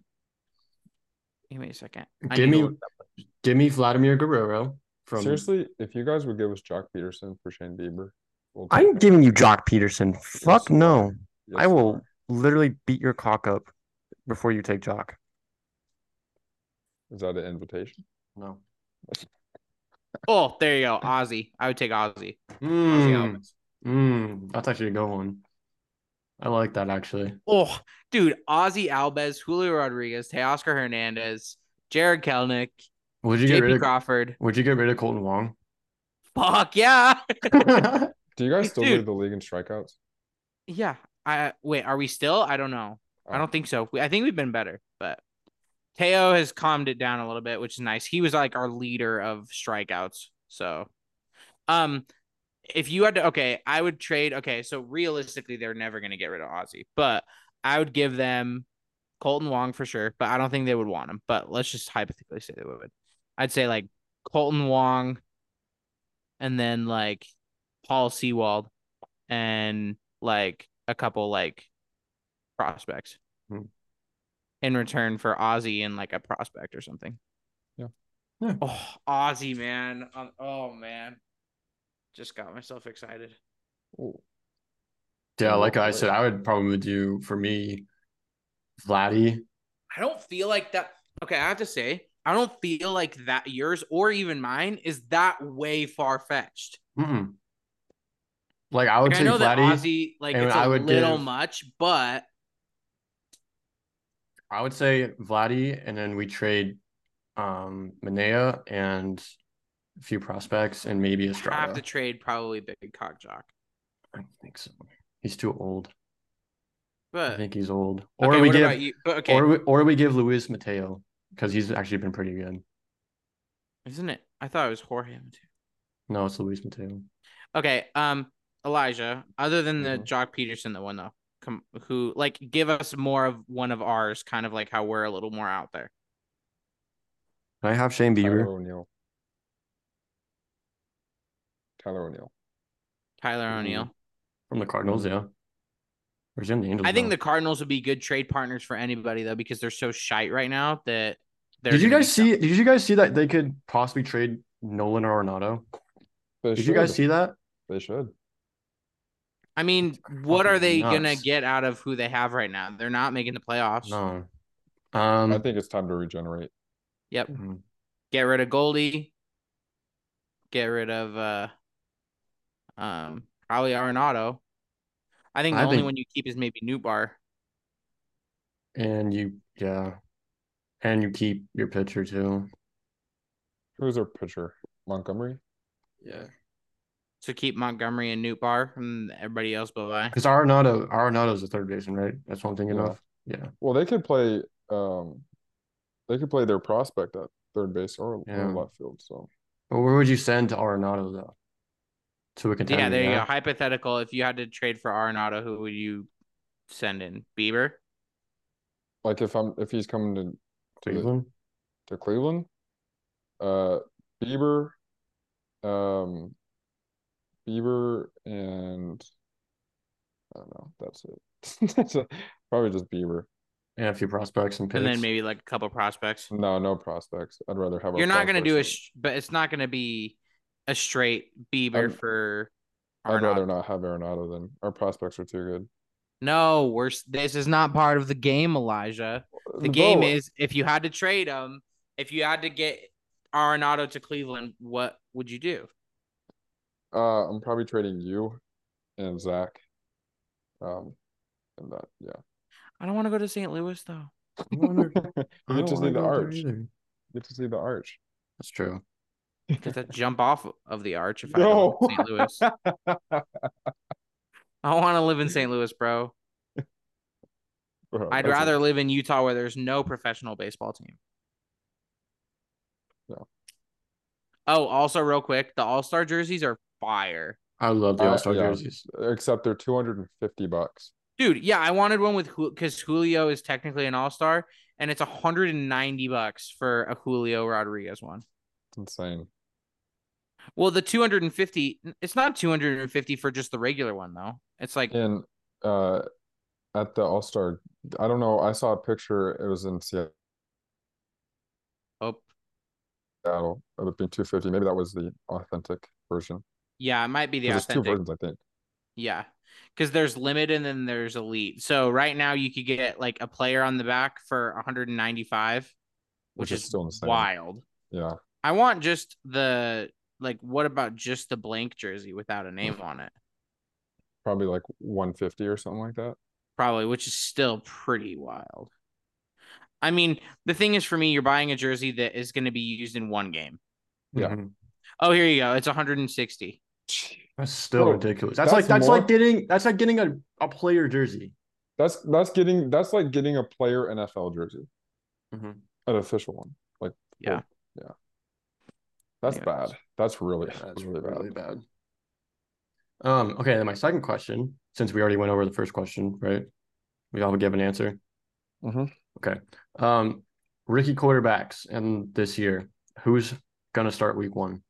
[SPEAKER 2] Give me a second. I
[SPEAKER 1] Give
[SPEAKER 2] need
[SPEAKER 1] me-
[SPEAKER 2] to look that up.
[SPEAKER 1] Give me Vladimir Guerrero from
[SPEAKER 3] Seriously, if you guys would give us Jock Peterson for Shane Bieber, we'll
[SPEAKER 1] I
[SPEAKER 3] take
[SPEAKER 1] ain't
[SPEAKER 3] it.
[SPEAKER 1] giving you Jock Peterson. Fuck
[SPEAKER 3] you
[SPEAKER 1] no.
[SPEAKER 3] are. Yes,
[SPEAKER 1] I
[SPEAKER 3] you
[SPEAKER 1] will
[SPEAKER 3] are.
[SPEAKER 1] literally beat your cock up before you take Jock.
[SPEAKER 3] Is that an invitation?
[SPEAKER 1] No.
[SPEAKER 2] Oh, there you go. Ozzy. I would take Ozzy. Ozzy
[SPEAKER 1] Mm,
[SPEAKER 2] Alves.
[SPEAKER 1] mm, that's actually a good one. I like that actually.
[SPEAKER 2] Oh, dude. Ozzy Alves, Julio Rodriguez, Teoscar Hernandez, Jared Kelnick,
[SPEAKER 1] Would you get rid
[SPEAKER 2] JP
[SPEAKER 1] of
[SPEAKER 2] Crawford.
[SPEAKER 1] Would you get rid of Colton Wong?
[SPEAKER 2] Fuck yeah.
[SPEAKER 3] Do you guys still
[SPEAKER 2] Dude.
[SPEAKER 3] lead the league in strikeouts?
[SPEAKER 2] Yeah. I wait, are we still? I don't know. I
[SPEAKER 3] Oh.
[SPEAKER 2] don't think so. We, I think we've been better, but KO has calmed it down a little bit, which is nice. He was like our leader of strikeouts. So, um, if you had to, okay, I would trade. Okay, so realistically, they're never going to get rid of Ozzy, but I would give them Colton Wong for sure. But I don't think they would want him. But let's just hypothetically say they would. I'd say like Colton Wong, and then like Paul Seawald, and like a couple like prospects
[SPEAKER 1] Hmm.
[SPEAKER 2] in return for Ozzy and like a prospect or something.
[SPEAKER 3] Yeah.
[SPEAKER 1] Yeah.
[SPEAKER 2] Oh, Ozzy, man. Um, oh, man. Just got myself excited.
[SPEAKER 3] Ooh.
[SPEAKER 1] yeah,
[SPEAKER 3] I'm
[SPEAKER 1] like
[SPEAKER 3] not
[SPEAKER 1] I
[SPEAKER 3] worried.
[SPEAKER 1] said, I would probably do for me, Vladdy.
[SPEAKER 2] I don't feel like that. Okay, I have to say, I don't feel like that yours or even mine is that way far fetched.
[SPEAKER 1] Mm-mm. Like I would
[SPEAKER 2] Like, I
[SPEAKER 1] take
[SPEAKER 2] know that
[SPEAKER 1] Vladdy.
[SPEAKER 2] Ozzy, like,
[SPEAKER 1] Oh, and
[SPEAKER 2] it's
[SPEAKER 1] I
[SPEAKER 2] a
[SPEAKER 1] would
[SPEAKER 2] little
[SPEAKER 1] give-
[SPEAKER 2] much, but
[SPEAKER 1] I would say Vladdy, and then we trade um Manea and a few prospects and maybe
[SPEAKER 2] you have
[SPEAKER 1] Estrada.
[SPEAKER 2] to trade probably Big Cock Jock.
[SPEAKER 1] I don't think so. He's too old. I
[SPEAKER 2] But
[SPEAKER 1] think he's old. Or
[SPEAKER 2] Uh, okay,
[SPEAKER 1] we
[SPEAKER 2] what
[SPEAKER 1] give
[SPEAKER 2] about you? But, okay,
[SPEAKER 1] or we, or we give Luis Mateo because he's actually been pretty good.
[SPEAKER 2] isn't it? I thought it was Jorge. Mateo.
[SPEAKER 1] No, it's Luis Mateo.
[SPEAKER 2] Okay, um, Elijah. Other than the
[SPEAKER 1] Mhm.
[SPEAKER 2] Jock Peterson, the one though, come who like give us more of one of ours, kind of like how we're a little more out there.
[SPEAKER 1] Can I have Shane
[SPEAKER 3] Tyler
[SPEAKER 2] Oh.
[SPEAKER 1] Bieber?
[SPEAKER 3] O'Neill. Tyler O'Neill.
[SPEAKER 2] Tyler
[SPEAKER 1] Mhm.
[SPEAKER 2] O'Neill.
[SPEAKER 1] From the Cardinals, yeah. Where's him the Angels?
[SPEAKER 2] I think
[SPEAKER 1] now?
[SPEAKER 2] the Cardinals would be good trade partners for anybody though, because they're so shite right now that. they're
[SPEAKER 1] Did you
[SPEAKER 2] gonna
[SPEAKER 1] guys
[SPEAKER 2] be-
[SPEAKER 1] see did you guys see that they could possibly trade Nolan Arenado?
[SPEAKER 3] They
[SPEAKER 1] Did you guys
[SPEAKER 3] should.
[SPEAKER 1] see that?
[SPEAKER 3] They should.
[SPEAKER 2] I mean, what are
[SPEAKER 1] fucking
[SPEAKER 2] they gonna
[SPEAKER 1] nuts.
[SPEAKER 2] get out of who they have right now? They're not making the playoffs.
[SPEAKER 1] No.
[SPEAKER 3] I
[SPEAKER 1] Um
[SPEAKER 3] think it's time to regenerate.
[SPEAKER 2] Yep.
[SPEAKER 1] mm,
[SPEAKER 2] Get rid of Goldie. Get rid of uh, um, probably Arenado. I think the
[SPEAKER 1] I
[SPEAKER 2] only
[SPEAKER 1] think-
[SPEAKER 2] one you keep is maybe Newbar.
[SPEAKER 1] and you yeah. And you keep your pitcher too.
[SPEAKER 3] Who's our pitcher? Montgomery?
[SPEAKER 1] Yeah.
[SPEAKER 2] So keep Montgomery and Newt Bar and everybody else but I.
[SPEAKER 1] Because Arenado Arenado's a third baseman, right? That's what I'm thinking
[SPEAKER 3] Yeah.
[SPEAKER 1] of. Yeah.
[SPEAKER 3] Well, they could play um they could play their prospect at third base or,
[SPEAKER 1] Yeah.
[SPEAKER 3] or left field. So
[SPEAKER 1] But where would you send Arenado though? To a contender.
[SPEAKER 2] Yeah, there you go. Hypothetical, if you had to trade for Arenado, who would you send in? Bieber?
[SPEAKER 3] like if I'm if he's coming to,
[SPEAKER 1] Cleveland?
[SPEAKER 3] to Cleveland, uh Bieber, um Bieber and I don't know, that's it. That's it. Probably just Bieber.
[SPEAKER 1] And a few prospects and picks.
[SPEAKER 2] And then maybe like a couple prospects.
[SPEAKER 3] No, no prospects. I'd rather have our
[SPEAKER 2] You're not gonna do a
[SPEAKER 3] prospects
[SPEAKER 2] sh- but it's not gonna be a straight Bieber
[SPEAKER 3] I'm-
[SPEAKER 2] for
[SPEAKER 3] than- I'd rather
[SPEAKER 2] Arenado.
[SPEAKER 3] not have Arenado than our prospects are too good.
[SPEAKER 2] No, we're s- this is not part of the game, Elijah. The game is if you had to trade him, if you had to get Arenado to Cleveland, what would you do?
[SPEAKER 3] Uh, I'm probably trading you and Zach. Um, and that, yeah.
[SPEAKER 2] I don't want to go to St. Louis though.
[SPEAKER 1] I wonder-
[SPEAKER 3] you
[SPEAKER 1] I
[SPEAKER 3] get to
[SPEAKER 1] don't
[SPEAKER 3] see
[SPEAKER 1] wanna
[SPEAKER 3] the
[SPEAKER 1] go there
[SPEAKER 3] arch. You
[SPEAKER 1] either.
[SPEAKER 3] get to see the arch.
[SPEAKER 1] That's true.
[SPEAKER 2] Just have to jump off of the arch if I go to St. Louis. I want to live in St. Louis, bro.
[SPEAKER 3] Bro,
[SPEAKER 2] I'd
[SPEAKER 3] that's a-
[SPEAKER 2] rather live in Utah where there's no professional baseball team.
[SPEAKER 3] No.
[SPEAKER 2] Oh, also real quick, the All Star jerseys are fire,
[SPEAKER 1] I love the
[SPEAKER 3] Uh,
[SPEAKER 1] All Star
[SPEAKER 3] yeah.
[SPEAKER 1] jerseys.
[SPEAKER 3] except they're 250 bucks.
[SPEAKER 2] dude. Yeah, I wanted one with because Julio is technically an All Star, and it's 190 bucks for a Julio Rodriguez one.
[SPEAKER 3] It's insane.
[SPEAKER 2] Well, the 250, it's not 250 for just the regular one though. It's like
[SPEAKER 3] And uh, at the All Star, I don't know. I saw a picture. It was in Seattle.
[SPEAKER 2] oh,
[SPEAKER 3] Seattle of it being 250. Maybe that was the authentic version.
[SPEAKER 2] Yeah, it might be the
[SPEAKER 3] 'Cause There's two
[SPEAKER 2] authentic.
[SPEAKER 3] versions, I think.
[SPEAKER 2] Yeah. Because there's limit and then there's elite. So right now you could get like a player on the back for 195, which, is,
[SPEAKER 3] still insane.
[SPEAKER 2] wild.
[SPEAKER 3] Yeah.
[SPEAKER 2] I want just the like what about just the blank jersey without a name on it?
[SPEAKER 3] Probably like 150 or something like that.
[SPEAKER 2] Probably, which is still pretty wild. I mean, the thing is for me, you're buying a jersey that is going to be used in one game.
[SPEAKER 3] Yeah.
[SPEAKER 1] Mhm.
[SPEAKER 2] Oh, here you go. It's 160.
[SPEAKER 1] That's still
[SPEAKER 3] Bro,
[SPEAKER 1] ridiculous. That's,
[SPEAKER 3] that's
[SPEAKER 1] like that's
[SPEAKER 3] more-
[SPEAKER 1] like getting that's like getting a, a player jersey.
[SPEAKER 3] That's that's getting that's like getting a player NFL jersey,
[SPEAKER 1] Mhm.
[SPEAKER 3] an official one. Like
[SPEAKER 2] Mm-hmm. Yeah.
[SPEAKER 3] full- yeah. That's
[SPEAKER 2] Yeah,
[SPEAKER 3] bad. That's really
[SPEAKER 1] Yeah,
[SPEAKER 3] that's really bad.
[SPEAKER 1] bad. Um, okay, then my second question, since we already went over the first question, right? We all give an answer. Mm-hmm.
[SPEAKER 3] Mhm.
[SPEAKER 1] Okay. Um, rookie quarterbacks and this year, who's gonna start week one?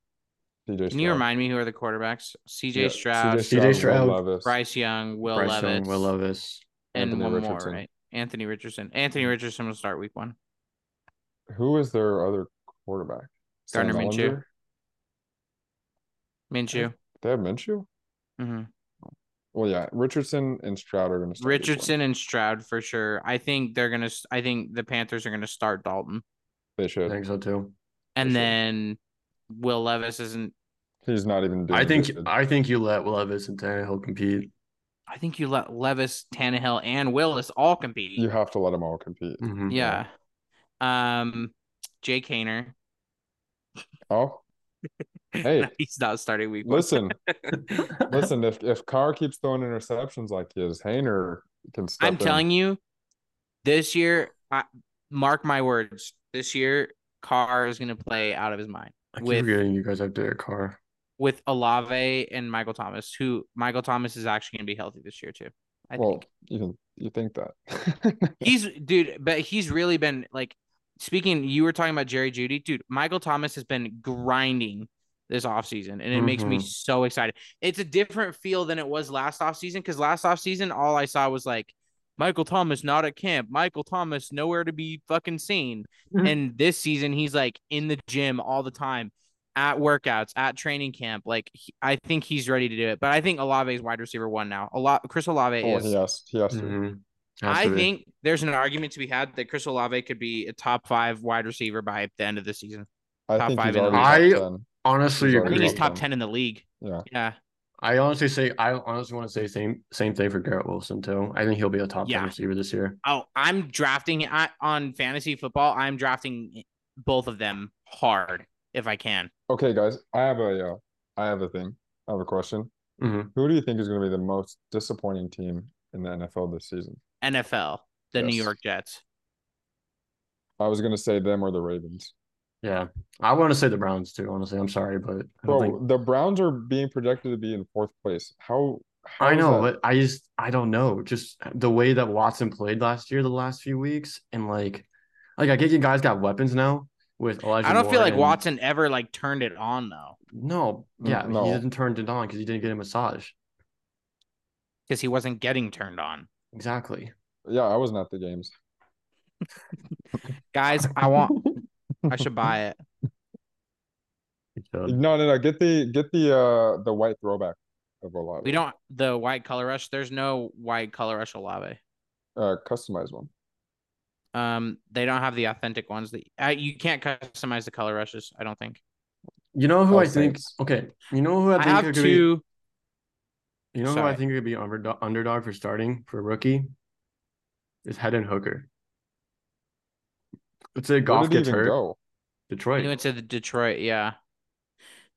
[SPEAKER 3] CJ
[SPEAKER 2] Can you remind me who are the quarterbacks? CJ
[SPEAKER 3] Yeah,
[SPEAKER 2] Stroud,
[SPEAKER 1] Stroud, CJ Stroud,
[SPEAKER 3] Will Levis.
[SPEAKER 2] Bryce Young, Will
[SPEAKER 1] Bryce Young,
[SPEAKER 2] Levis.
[SPEAKER 1] Will Levis.
[SPEAKER 2] and
[SPEAKER 3] Anthony
[SPEAKER 2] one
[SPEAKER 3] Richardson.
[SPEAKER 2] more, right? Anthony Richardson. Anthony Richardson will start week one.
[SPEAKER 3] Who is their other quarterback? Sam
[SPEAKER 2] Gardner Minshew.
[SPEAKER 3] Ellinger?
[SPEAKER 2] Minshew.
[SPEAKER 3] They have Minshew.
[SPEAKER 2] hmm
[SPEAKER 3] Well, yeah, Richardson and Stroud are going to start. week one.
[SPEAKER 2] Richardson and Stroud for sure. I think they're gonna. s- I think the Panthers are gonna start Dalton,
[SPEAKER 3] They
[SPEAKER 1] I
[SPEAKER 3] should.
[SPEAKER 1] think so too.
[SPEAKER 2] and
[SPEAKER 3] sure.
[SPEAKER 2] then Will Levis isn't.
[SPEAKER 3] He's not even doing.
[SPEAKER 1] I think
[SPEAKER 3] good.
[SPEAKER 1] I think you let Will Levis and Tannehill compete.
[SPEAKER 2] I think you let Levis, Tannehill, and Willis all compete.
[SPEAKER 3] you have to let them all compete.
[SPEAKER 1] Mhm.
[SPEAKER 2] Yeah. Um, Jay Kaner.
[SPEAKER 3] Oh, Hey.
[SPEAKER 2] he's not starting week one.
[SPEAKER 3] listen, listen. If if Carr keeps throwing interceptions like he is, Hayner can step
[SPEAKER 2] I'm telling you, this year, I, mark my words. This year, Carr is gonna play out of his mind.
[SPEAKER 1] I keep
[SPEAKER 2] with-
[SPEAKER 1] forgetting you guys have Derek Carr.
[SPEAKER 2] with Olave and Michael Thomas, who Michael Thomas is actually going to be healthy this year too. I
[SPEAKER 3] well,
[SPEAKER 2] think
[SPEAKER 3] you can you think that.
[SPEAKER 2] he's dude, but he's really been like speaking. You were talking about Jerry Judy, dude. Michael Thomas has been grinding this offseason, and it makes me
[SPEAKER 1] Mhm.
[SPEAKER 2] so excited. It's a different feel than it was last offseason because last offseason, all I saw was like Michael Thomas not at camp, Michael Thomas nowhere to be fucking seen.
[SPEAKER 1] Mhm.
[SPEAKER 2] And this season, he's like in the gym all the time. At workouts, at training camp, like he, I think he's ready to do it. But I think Olave is wide receiver one now. A lot, Chris Olave
[SPEAKER 3] oh,
[SPEAKER 2] is
[SPEAKER 3] he has he has to.
[SPEAKER 1] Mhm. Has
[SPEAKER 2] I
[SPEAKER 1] to be.
[SPEAKER 2] think there's an argument to be had that Chris Olave could be a top five wide receiver by the end of the season.
[SPEAKER 3] I
[SPEAKER 2] Top
[SPEAKER 3] think
[SPEAKER 2] five
[SPEAKER 3] he's
[SPEAKER 2] in the
[SPEAKER 3] already
[SPEAKER 1] league.
[SPEAKER 3] top ten.
[SPEAKER 1] honestly
[SPEAKER 3] I
[SPEAKER 2] I
[SPEAKER 3] Pretty
[SPEAKER 2] think
[SPEAKER 1] agree.
[SPEAKER 2] he's
[SPEAKER 3] well
[SPEAKER 2] top
[SPEAKER 3] done.
[SPEAKER 2] ten in the league.
[SPEAKER 3] Yeah.
[SPEAKER 2] Yeah,
[SPEAKER 1] I honestly say I honestly want to say same same thing for Garrett Wilson too. I think he'll be a top
[SPEAKER 2] Yeah.
[SPEAKER 1] ten receiver this year.
[SPEAKER 2] Oh, I'm drafting I, on fantasy football. I'm drafting both of them hard if I can.
[SPEAKER 3] Okay, guys, I have a uh, I have a thing. I have a question.
[SPEAKER 1] Mhm.
[SPEAKER 3] Who do you think is going to be the most disappointing team in the NFL this season?
[SPEAKER 2] NFL, the New
[SPEAKER 3] Yes.
[SPEAKER 2] York Jets.
[SPEAKER 3] I was going to say them or the Ravens.
[SPEAKER 1] Yeah, I want to say the Browns too. Honestly, I'm sorry, but I
[SPEAKER 3] Bro,
[SPEAKER 1] don't think
[SPEAKER 3] the Browns are being projected to be in fourth place. How? how
[SPEAKER 1] I
[SPEAKER 3] is
[SPEAKER 1] know,
[SPEAKER 3] that-
[SPEAKER 1] but I just I don't know. Just the way that Watson played last year, the last few weeks, and like, like I get you guys got weapons now with Elijah.
[SPEAKER 2] I don't feel
[SPEAKER 1] Moore
[SPEAKER 2] like
[SPEAKER 1] and-
[SPEAKER 2] Watson ever like turned it on though,
[SPEAKER 1] No,
[SPEAKER 3] Mm,
[SPEAKER 1] yeah,
[SPEAKER 3] no.
[SPEAKER 1] he didn't turn it on because he didn't get a massage.
[SPEAKER 2] because he wasn't getting turned on.
[SPEAKER 1] Exactly.
[SPEAKER 3] yeah, I wasn't at the games.
[SPEAKER 2] Guys, I want. I should buy it.
[SPEAKER 3] No, no, no. Get the get the uh the white throwback of Olave.
[SPEAKER 2] We don't the white color rush. There's no white color rush Olave.
[SPEAKER 3] uh customized one.
[SPEAKER 2] Um, they don't have the authentic ones. That uh, you can't customize the color rushes. I don't think.
[SPEAKER 1] You know who
[SPEAKER 3] Oh,
[SPEAKER 1] I think?
[SPEAKER 3] thanks.
[SPEAKER 1] Okay, you know who I
[SPEAKER 2] I,
[SPEAKER 1] think
[SPEAKER 2] have
[SPEAKER 1] could be.
[SPEAKER 2] two.
[SPEAKER 1] You know who I
[SPEAKER 2] Sorry.
[SPEAKER 1] think would be underdog, underdog for starting for rookie is Head and Hooker. Let's say
[SPEAKER 3] Where
[SPEAKER 1] Goff
[SPEAKER 3] did he
[SPEAKER 1] gets
[SPEAKER 3] even
[SPEAKER 1] hurt.
[SPEAKER 3] go?
[SPEAKER 2] He
[SPEAKER 1] Detroit.
[SPEAKER 2] went to the Detroit. Yeah,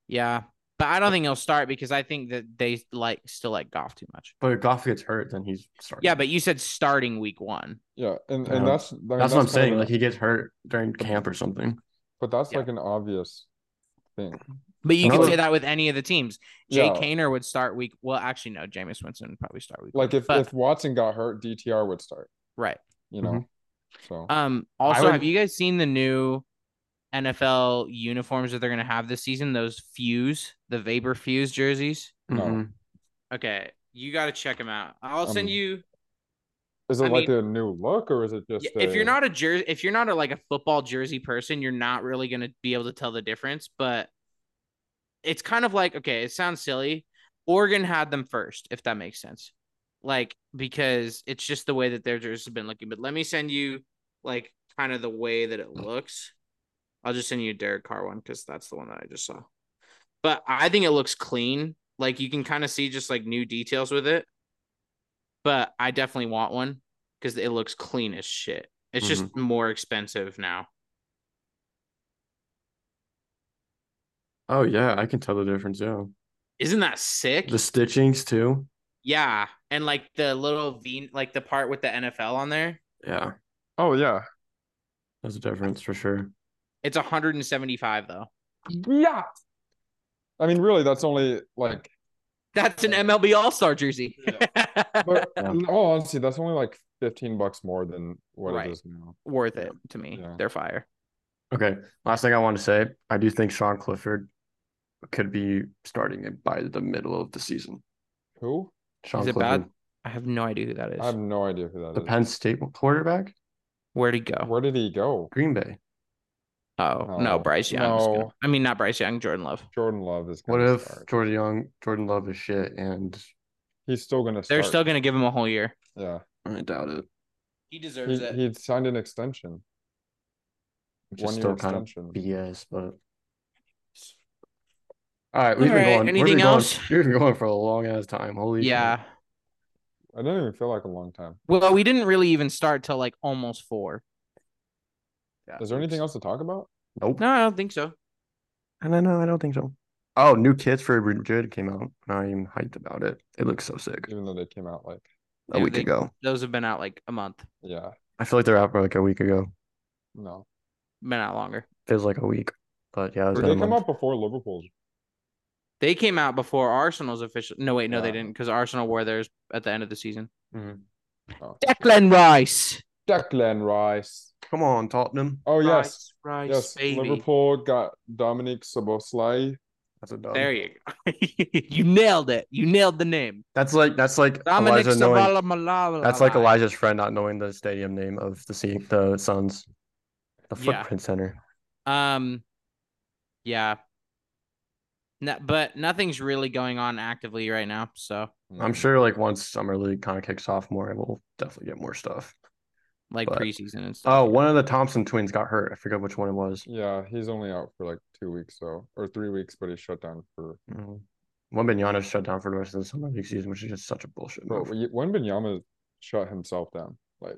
[SPEAKER 2] yeah, but I don't think he'll start because I think that they like still like golf too much.
[SPEAKER 1] But if Goff gets hurt, then he's starting.
[SPEAKER 2] Yeah, but you said starting week one.
[SPEAKER 3] Yeah, and
[SPEAKER 1] Yeah.
[SPEAKER 3] and that's I mean,
[SPEAKER 1] that's, what I'm
[SPEAKER 3] kind of
[SPEAKER 1] saying.
[SPEAKER 3] a-
[SPEAKER 1] Like he gets hurt during camp or something.
[SPEAKER 3] but that's
[SPEAKER 2] Yeah.
[SPEAKER 3] like an obvious thing.
[SPEAKER 2] But you can
[SPEAKER 1] Another-
[SPEAKER 2] say that with any of the teams. Jay
[SPEAKER 3] Yeah,
[SPEAKER 2] Kaner would start week. Well, actually, no. Jameis Winston would probably start week.
[SPEAKER 3] like if
[SPEAKER 2] But-
[SPEAKER 3] if Watson got hurt, DTR would start.
[SPEAKER 2] right.
[SPEAKER 3] You know,
[SPEAKER 1] Mhm.
[SPEAKER 3] so
[SPEAKER 2] Um. Also,
[SPEAKER 1] would-
[SPEAKER 2] have you guys seen the new NFL uniforms that they're gonna have this season? Those fuse, the Vapor Fuse jerseys.
[SPEAKER 3] No.
[SPEAKER 1] Mhm.
[SPEAKER 2] Okay, you got to check them out. I'll send
[SPEAKER 3] Um,
[SPEAKER 2] you.
[SPEAKER 3] Is it
[SPEAKER 2] I
[SPEAKER 3] like
[SPEAKER 2] mean-
[SPEAKER 3] a new look or is it just?
[SPEAKER 2] Yeah, if you're
[SPEAKER 3] a-
[SPEAKER 2] not a jersey, if you're not a, like a football jersey person, you're not really gonna be able to tell the difference. But it's kind of like okay, it sounds silly. Oregon had them first, if that makes sense. Like because it's just the way that their jerseys have been looking. But let me send you like kind of the way that it looks. I'll just send you a Derek Carr one because that's the one that I just saw. But I think it looks clean. Like you can kind of see just like new details with it. But I definitely want one because it looks clean as shit. It's just
[SPEAKER 3] Mm-hmm.
[SPEAKER 2] more expensive now.
[SPEAKER 1] Oh yeah, I can tell the difference. Yeah,
[SPEAKER 2] Isn't that sick?
[SPEAKER 1] the stitchings too.
[SPEAKER 2] yeah. And like the little V, like the part with the NFL on there,
[SPEAKER 1] Yeah,
[SPEAKER 3] Oh yeah.
[SPEAKER 1] there's a difference for sure.
[SPEAKER 2] it's 175 though.
[SPEAKER 3] Yeah. I mean, really, that's only like.
[SPEAKER 2] That's an MLB All Star jersey.
[SPEAKER 3] But
[SPEAKER 1] Yeah.
[SPEAKER 3] in all honesty, that's only like fifteen bucks more than what
[SPEAKER 2] Right.
[SPEAKER 3] it is now.
[SPEAKER 2] Worth it to me.
[SPEAKER 3] Yeah.
[SPEAKER 2] They're fire.
[SPEAKER 1] Okay, last thing I want to say, I do think Sean Clifford could be starting it by the middle of the season.
[SPEAKER 3] Who?
[SPEAKER 1] Sean
[SPEAKER 2] Is it
[SPEAKER 1] Clifford,
[SPEAKER 2] bad? I have no idea who that is.
[SPEAKER 3] I have no idea who that is.
[SPEAKER 1] the Penn State quarterback,
[SPEAKER 2] Where'd he go?
[SPEAKER 3] Where did he go?
[SPEAKER 1] Green Bay.
[SPEAKER 2] Oh, no,
[SPEAKER 3] No.
[SPEAKER 2] Bryce Young. is gonna-
[SPEAKER 3] No.
[SPEAKER 2] I mean, not Bryce Young, Jordan Love.
[SPEAKER 3] Jordan Love is.
[SPEAKER 1] What
[SPEAKER 3] gonna
[SPEAKER 1] if
[SPEAKER 3] start.
[SPEAKER 1] Jordan Young, Jordan Love is shit, and
[SPEAKER 3] he's still gonna?
[SPEAKER 2] They're still
[SPEAKER 3] start.
[SPEAKER 2] going to give him a whole year.
[SPEAKER 3] Yeah.
[SPEAKER 1] I doubt it.
[SPEAKER 2] He deserves
[SPEAKER 3] He he signed an extension.
[SPEAKER 1] Which is
[SPEAKER 3] One year
[SPEAKER 1] still kind of
[SPEAKER 3] extension.
[SPEAKER 1] BS, but. All right, we've
[SPEAKER 2] All
[SPEAKER 1] been
[SPEAKER 2] right,
[SPEAKER 1] going. we've
[SPEAKER 2] anything
[SPEAKER 1] been going-
[SPEAKER 2] else?
[SPEAKER 1] we've been going for a long ass time. Holy shit.
[SPEAKER 2] Yeah.
[SPEAKER 3] I didn't even feel like a long time.
[SPEAKER 2] Well, we didn't really even start till like almost four.
[SPEAKER 1] Yeah,
[SPEAKER 3] Is there anything
[SPEAKER 1] thanks.
[SPEAKER 3] else to talk about?
[SPEAKER 1] Nope.
[SPEAKER 2] No, I don't think so.
[SPEAKER 1] I don't know. I don't think so. Oh, new kits for Madrid came out, and I'm hyped about it. It looks so sick.
[SPEAKER 3] Even though they came out like,
[SPEAKER 1] A
[SPEAKER 2] Yeah,
[SPEAKER 1] week
[SPEAKER 2] they-
[SPEAKER 1] ago,
[SPEAKER 2] Those have been out like a month,
[SPEAKER 3] yeah,
[SPEAKER 1] I feel like they're out for like a week ago.
[SPEAKER 3] no.
[SPEAKER 2] been out longer.
[SPEAKER 1] Feels like a week, but yeah, it's
[SPEAKER 3] Did
[SPEAKER 1] been a
[SPEAKER 3] they come
[SPEAKER 1] month.
[SPEAKER 3] out before Liverpool's?
[SPEAKER 2] They came out before Arsenal's official. No, wait, no, they
[SPEAKER 3] Yeah.
[SPEAKER 2] didn't because Arsenal wore theirs at the end of the season.
[SPEAKER 1] Mhm.
[SPEAKER 3] Oh.
[SPEAKER 2] Declan Rice.
[SPEAKER 3] Declan Rice.
[SPEAKER 1] Come on, Tottenham.
[SPEAKER 3] Oh yes,
[SPEAKER 2] Rice, Rice,
[SPEAKER 3] yes.
[SPEAKER 2] baby.
[SPEAKER 3] Liverpool got Dominic Soboslai.
[SPEAKER 1] That's a dub.
[SPEAKER 2] There you go. you nailed it. You nailed the name.
[SPEAKER 1] That's like that's like
[SPEAKER 2] Dominic
[SPEAKER 1] Elijah knowing.
[SPEAKER 2] Savalamalala.
[SPEAKER 1] That's like Elijah's friend not knowing the stadium name of the sea, the Suns, the
[SPEAKER 2] Yeah.
[SPEAKER 1] Footprint Center.
[SPEAKER 2] Um, yeah. No, but nothing's really going on actively right now. So,
[SPEAKER 1] I'm sure like once summer league kind of kicks off more, we'll definitely get more stuff.
[SPEAKER 2] like
[SPEAKER 1] But-
[SPEAKER 2] preseason and
[SPEAKER 1] Oh,
[SPEAKER 2] stuff.
[SPEAKER 1] one of the Thompson twins got hurt. I forget which one it was.
[SPEAKER 3] Yeah, he's only out for like two weeks, so or three weeks, but he's shut down for.
[SPEAKER 1] Mm. Wembanyama shut down for the rest of the summer league season, which is just such a bullshit
[SPEAKER 3] Bro,
[SPEAKER 1] move.
[SPEAKER 3] when Binyama shut himself down, like,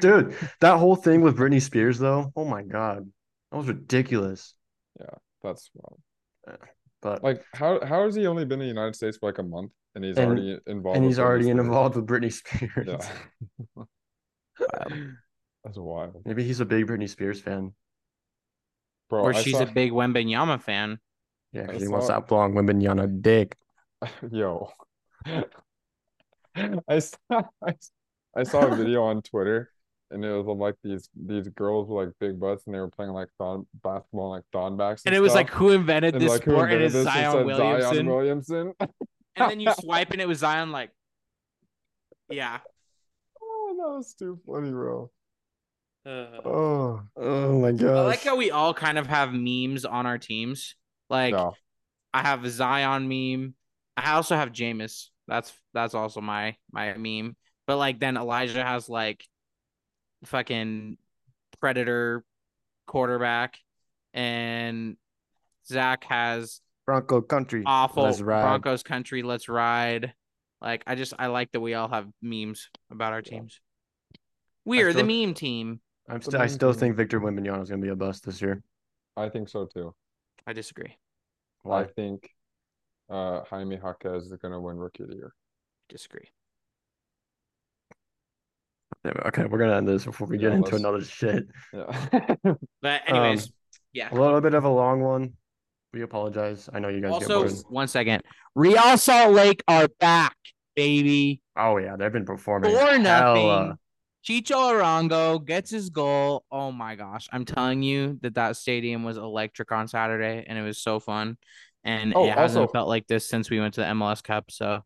[SPEAKER 1] Dude, that whole thing with Britney Spears, though, oh my god, that was ridiculous.
[SPEAKER 3] that's wild.
[SPEAKER 1] But
[SPEAKER 3] Like, how how has he only been in the United States for like a month, and he's
[SPEAKER 1] And-
[SPEAKER 3] already involved?
[SPEAKER 1] and
[SPEAKER 3] with
[SPEAKER 1] he's
[SPEAKER 3] Britney
[SPEAKER 1] already
[SPEAKER 3] Spears?
[SPEAKER 1] involved with Britney Spears.
[SPEAKER 3] Yeah. that's wild,
[SPEAKER 1] Maybe he's a big Britney Spears fan.
[SPEAKER 3] bro.
[SPEAKER 2] Or
[SPEAKER 3] I
[SPEAKER 2] she's
[SPEAKER 3] saw-
[SPEAKER 2] a big Wembenyama fan.
[SPEAKER 1] Yeah, because
[SPEAKER 3] I
[SPEAKER 1] he wants
[SPEAKER 3] saw-
[SPEAKER 1] that blonde Wembanyama dick.
[SPEAKER 3] Yo. I saw I, s- I saw a video on Twitter and it was of, like these these girls with like big butts and they were playing like thon basketball and, like thonbacks
[SPEAKER 2] And it was like,
[SPEAKER 3] stuff.
[SPEAKER 2] who invented this
[SPEAKER 3] like who
[SPEAKER 2] sport? And
[SPEAKER 3] invented
[SPEAKER 2] it's
[SPEAKER 3] this? It
[SPEAKER 2] Zion
[SPEAKER 3] said
[SPEAKER 2] Williamson.
[SPEAKER 3] Zion Williamson.
[SPEAKER 2] and then you swipe and it was Zion, like, yeah.
[SPEAKER 3] Oh, that was too funny, bro.
[SPEAKER 2] Uh,
[SPEAKER 3] Oh,
[SPEAKER 1] Oh my
[SPEAKER 2] I
[SPEAKER 1] god.
[SPEAKER 2] like how we all kind of have memes on our teams. Like,
[SPEAKER 3] yeah.
[SPEAKER 2] I have a Zion meme. I also have Jameis. That's that's also my my meme. But like then Elijah has like fucking predator quarterback, and Zach has
[SPEAKER 1] Bronco country.
[SPEAKER 2] awful
[SPEAKER 1] Let's ride.
[SPEAKER 2] Broncos country. Let's ride. Like I just I like that we all have memes about our
[SPEAKER 3] Yeah.
[SPEAKER 2] teams. We are the
[SPEAKER 1] still-
[SPEAKER 2] meme team.
[SPEAKER 1] I'm
[SPEAKER 3] the
[SPEAKER 1] st- I
[SPEAKER 3] main
[SPEAKER 1] still
[SPEAKER 3] thing.
[SPEAKER 1] think Victor Wembanyama is gonna be a bust this year.
[SPEAKER 3] I think so too.
[SPEAKER 2] I disagree.
[SPEAKER 1] Why?
[SPEAKER 3] I think uh Jaime Jaquez is gonna win rookie of the year.
[SPEAKER 2] Disagree.
[SPEAKER 1] Damn it. Okay, we're gonna end this before we
[SPEAKER 3] Yeah,
[SPEAKER 1] get into
[SPEAKER 3] let's-
[SPEAKER 1] another shit.
[SPEAKER 3] Yeah.
[SPEAKER 2] But
[SPEAKER 1] Um,
[SPEAKER 2] anyways, yeah.
[SPEAKER 1] A little bit of a long one. We apologize. I know you guys
[SPEAKER 2] Also,
[SPEAKER 1] get bored.
[SPEAKER 2] one second. Real Salt Lake are back, baby.
[SPEAKER 1] Oh yeah, they've been performing.
[SPEAKER 2] Or
[SPEAKER 1] hella.
[SPEAKER 2] nothing. Chicho Arango gets his goal. Oh my gosh. I'm telling you that that stadium was electric on Saturday and it was so fun. And
[SPEAKER 3] Oh,
[SPEAKER 2] it hasn't
[SPEAKER 3] also-
[SPEAKER 2] felt like this since we went to the MLS Cup. So,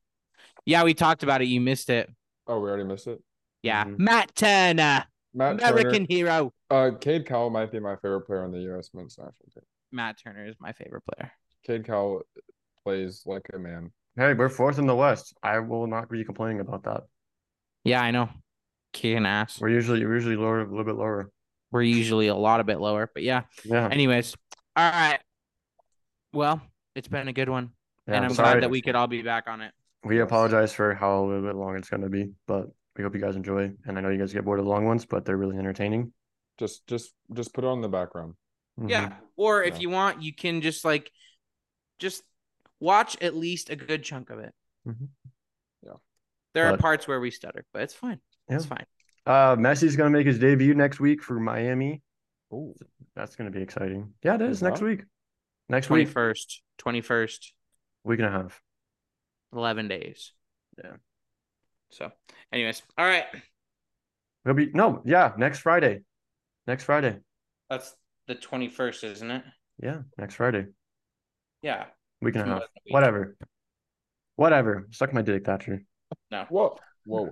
[SPEAKER 2] yeah, we talked about it. You missed it.
[SPEAKER 3] Oh, we already missed it.
[SPEAKER 2] Yeah,
[SPEAKER 1] Mhm.
[SPEAKER 2] Matt Turner,
[SPEAKER 3] Mm-hmm. Matt
[SPEAKER 2] American
[SPEAKER 3] American.
[SPEAKER 2] hero.
[SPEAKER 3] Uh, Cade Cowell might be my favorite player on the U.S. men's national team.
[SPEAKER 2] Matt Turner is my favorite player.
[SPEAKER 3] Cade Cowell plays like a man.
[SPEAKER 1] Hey, we're fourth in the West. I will not be complaining about that.
[SPEAKER 2] Yeah, I know. Kicking ass.
[SPEAKER 1] We're usually we're usually lower, a little bit lower.
[SPEAKER 2] We're usually a lot a bit lower, but yeah.
[SPEAKER 1] Yeah.
[SPEAKER 2] Anyways, all right. Well, it's been a good one,
[SPEAKER 1] yeah,
[SPEAKER 2] and I'm
[SPEAKER 1] sorry.
[SPEAKER 2] glad that we could all be back on it.
[SPEAKER 1] We apologize for how a little bit long it's going to be, but we hope you guys enjoy. And I know you guys get bored of the long ones, but they're really entertaining.
[SPEAKER 3] Just, just, just put it on the background.
[SPEAKER 1] Mhm.
[SPEAKER 2] Yeah. Or if
[SPEAKER 3] Yeah.
[SPEAKER 2] you want, you can just like just watch at least a good chunk of it.
[SPEAKER 1] Mhm.
[SPEAKER 3] Yeah.
[SPEAKER 2] There are
[SPEAKER 1] But-
[SPEAKER 2] parts where we stutter, but it's fine. It's
[SPEAKER 1] Yeah.
[SPEAKER 2] fine.
[SPEAKER 1] Uh, Messi's going to make his debut next week for Miami.
[SPEAKER 3] Ooh,
[SPEAKER 1] That's going to be exciting. Yeah, it is
[SPEAKER 3] Yeah.
[SPEAKER 1] next week. Next
[SPEAKER 2] Twenty
[SPEAKER 1] week,
[SPEAKER 2] first, twenty first,
[SPEAKER 1] week and a half.
[SPEAKER 2] eleven days.
[SPEAKER 1] Yeah.
[SPEAKER 2] So anyways, all right.
[SPEAKER 1] It'll be no, yeah, next Friday. Next Friday.
[SPEAKER 2] That's the twenty first, isn't it?
[SPEAKER 1] Yeah, next Friday.
[SPEAKER 2] Yeah.
[SPEAKER 1] Week and
[SPEAKER 2] It's
[SPEAKER 1] a
[SPEAKER 2] more
[SPEAKER 1] half.
[SPEAKER 2] than a week.
[SPEAKER 1] Whatever. Whatever. Suck my dick, Thatcher.
[SPEAKER 3] whoa, whoa.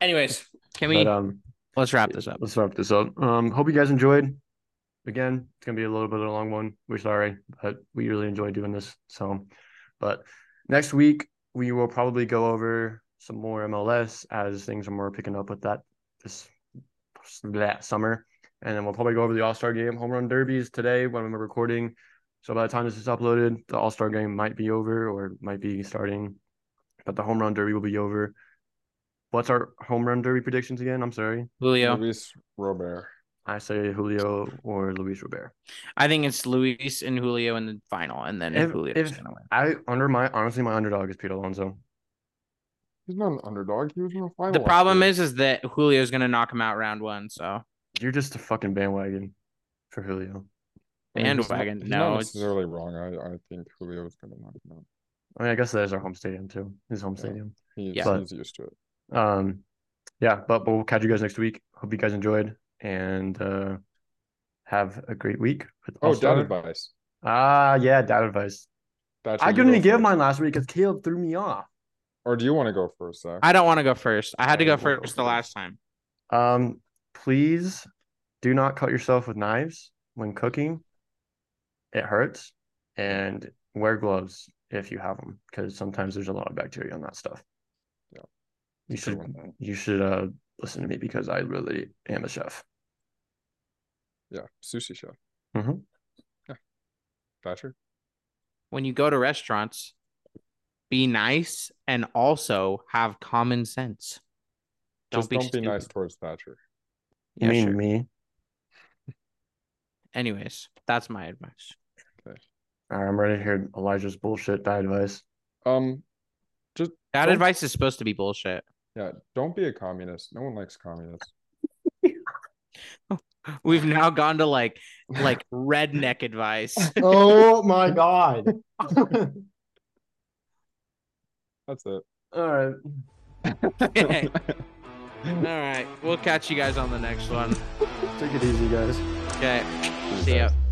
[SPEAKER 2] Anyways, can we
[SPEAKER 1] But um,
[SPEAKER 2] let's wrap this up.
[SPEAKER 1] let's wrap this up. Um, hope you guys enjoyed. Again, it's gonna be a little bit of a long one. We're sorry, but we really enjoy doing this. So, but next week we will probably go over some more MLS as things are more picking up with that this that summer, and then we'll probably go over the All Star Game, home run derbies today when we're recording. So by the time this is uploaded, the All Star Game might be over or might be starting, but the home run derby will be over. What's our home run derby predictions again? I'm sorry.
[SPEAKER 2] Julio.
[SPEAKER 3] Luis Robert.
[SPEAKER 1] I say Julio or Luis Robert.
[SPEAKER 2] I think it's Luis and Julio in the final, and then
[SPEAKER 1] If-
[SPEAKER 2] Julio's
[SPEAKER 1] if-
[SPEAKER 2] gonna win.
[SPEAKER 1] I under my honestly, my underdog is Pete Alonso.
[SPEAKER 3] He's not an underdog. He was in the final.
[SPEAKER 2] The
[SPEAKER 3] last
[SPEAKER 2] problem
[SPEAKER 3] year.
[SPEAKER 2] is is that Julio's gonna knock him out round one, so
[SPEAKER 1] You're just a fucking bandwagon for Julio.
[SPEAKER 3] I mean, he's not-
[SPEAKER 2] bandwagon,
[SPEAKER 3] He's
[SPEAKER 2] no,
[SPEAKER 3] not
[SPEAKER 2] it's-
[SPEAKER 3] necessarily wrong. I, I think Julio's gonna knock him out.
[SPEAKER 1] I mean, I guess that is our home stadium too. His home
[SPEAKER 3] Yeah.
[SPEAKER 1] stadium.
[SPEAKER 3] He's,
[SPEAKER 2] Yeah.
[SPEAKER 1] But-
[SPEAKER 3] he's used to it.
[SPEAKER 1] Um, yeah, but we'll catch you guys next week. Hope you guys enjoyed and uh, have a great week. with
[SPEAKER 3] Oh,
[SPEAKER 1] All-Star.
[SPEAKER 3] dad advice.
[SPEAKER 1] Ah, yeah, dad advice.
[SPEAKER 3] Thatcher,
[SPEAKER 1] I
[SPEAKER 3] you
[SPEAKER 1] couldn't
[SPEAKER 3] go
[SPEAKER 1] even give
[SPEAKER 3] first.
[SPEAKER 1] mine last week because Caleb threw me off.
[SPEAKER 3] Or do you want to go first, Zach?
[SPEAKER 2] I don't want to go first. I had to go
[SPEAKER 1] Okay, we'll go
[SPEAKER 2] first the
[SPEAKER 1] first.
[SPEAKER 2] last time.
[SPEAKER 1] Um, please do not cut yourself with knives when cooking. It hurts, and wear gloves if you have them, because sometimes there's a lot of bacteria on that stuff.
[SPEAKER 3] Yeah.
[SPEAKER 1] You
[SPEAKER 3] Good
[SPEAKER 1] should
[SPEAKER 3] one.
[SPEAKER 1] you should uh listen to me because I really am a chef.
[SPEAKER 3] Yeah, sushi chef.
[SPEAKER 1] Mhm.
[SPEAKER 3] Yeah. Thatcher.
[SPEAKER 2] When you go to restaurants, be nice and also have common sense. Don't
[SPEAKER 3] Just
[SPEAKER 2] be
[SPEAKER 3] don't be
[SPEAKER 2] stupid.
[SPEAKER 3] nice towards Thatcher.
[SPEAKER 1] You
[SPEAKER 2] Yeah,
[SPEAKER 1] mean
[SPEAKER 2] sure.
[SPEAKER 1] me?
[SPEAKER 2] Anyways, that's my advice.
[SPEAKER 1] All right, I'm ready to hear Elijah's bullshit dad advice.
[SPEAKER 3] Um, just
[SPEAKER 2] That
[SPEAKER 3] Don't-
[SPEAKER 2] advice is supposed to be bullshit.
[SPEAKER 3] yeah, don't be a communist. No one likes communists.
[SPEAKER 2] We've now gone to like like redneck advice.
[SPEAKER 1] Oh my god. All
[SPEAKER 3] That's it.
[SPEAKER 1] right.
[SPEAKER 2] All right. We'll catch you guys on the next one.
[SPEAKER 1] Take it easy, guys.
[SPEAKER 2] Okay. See ya.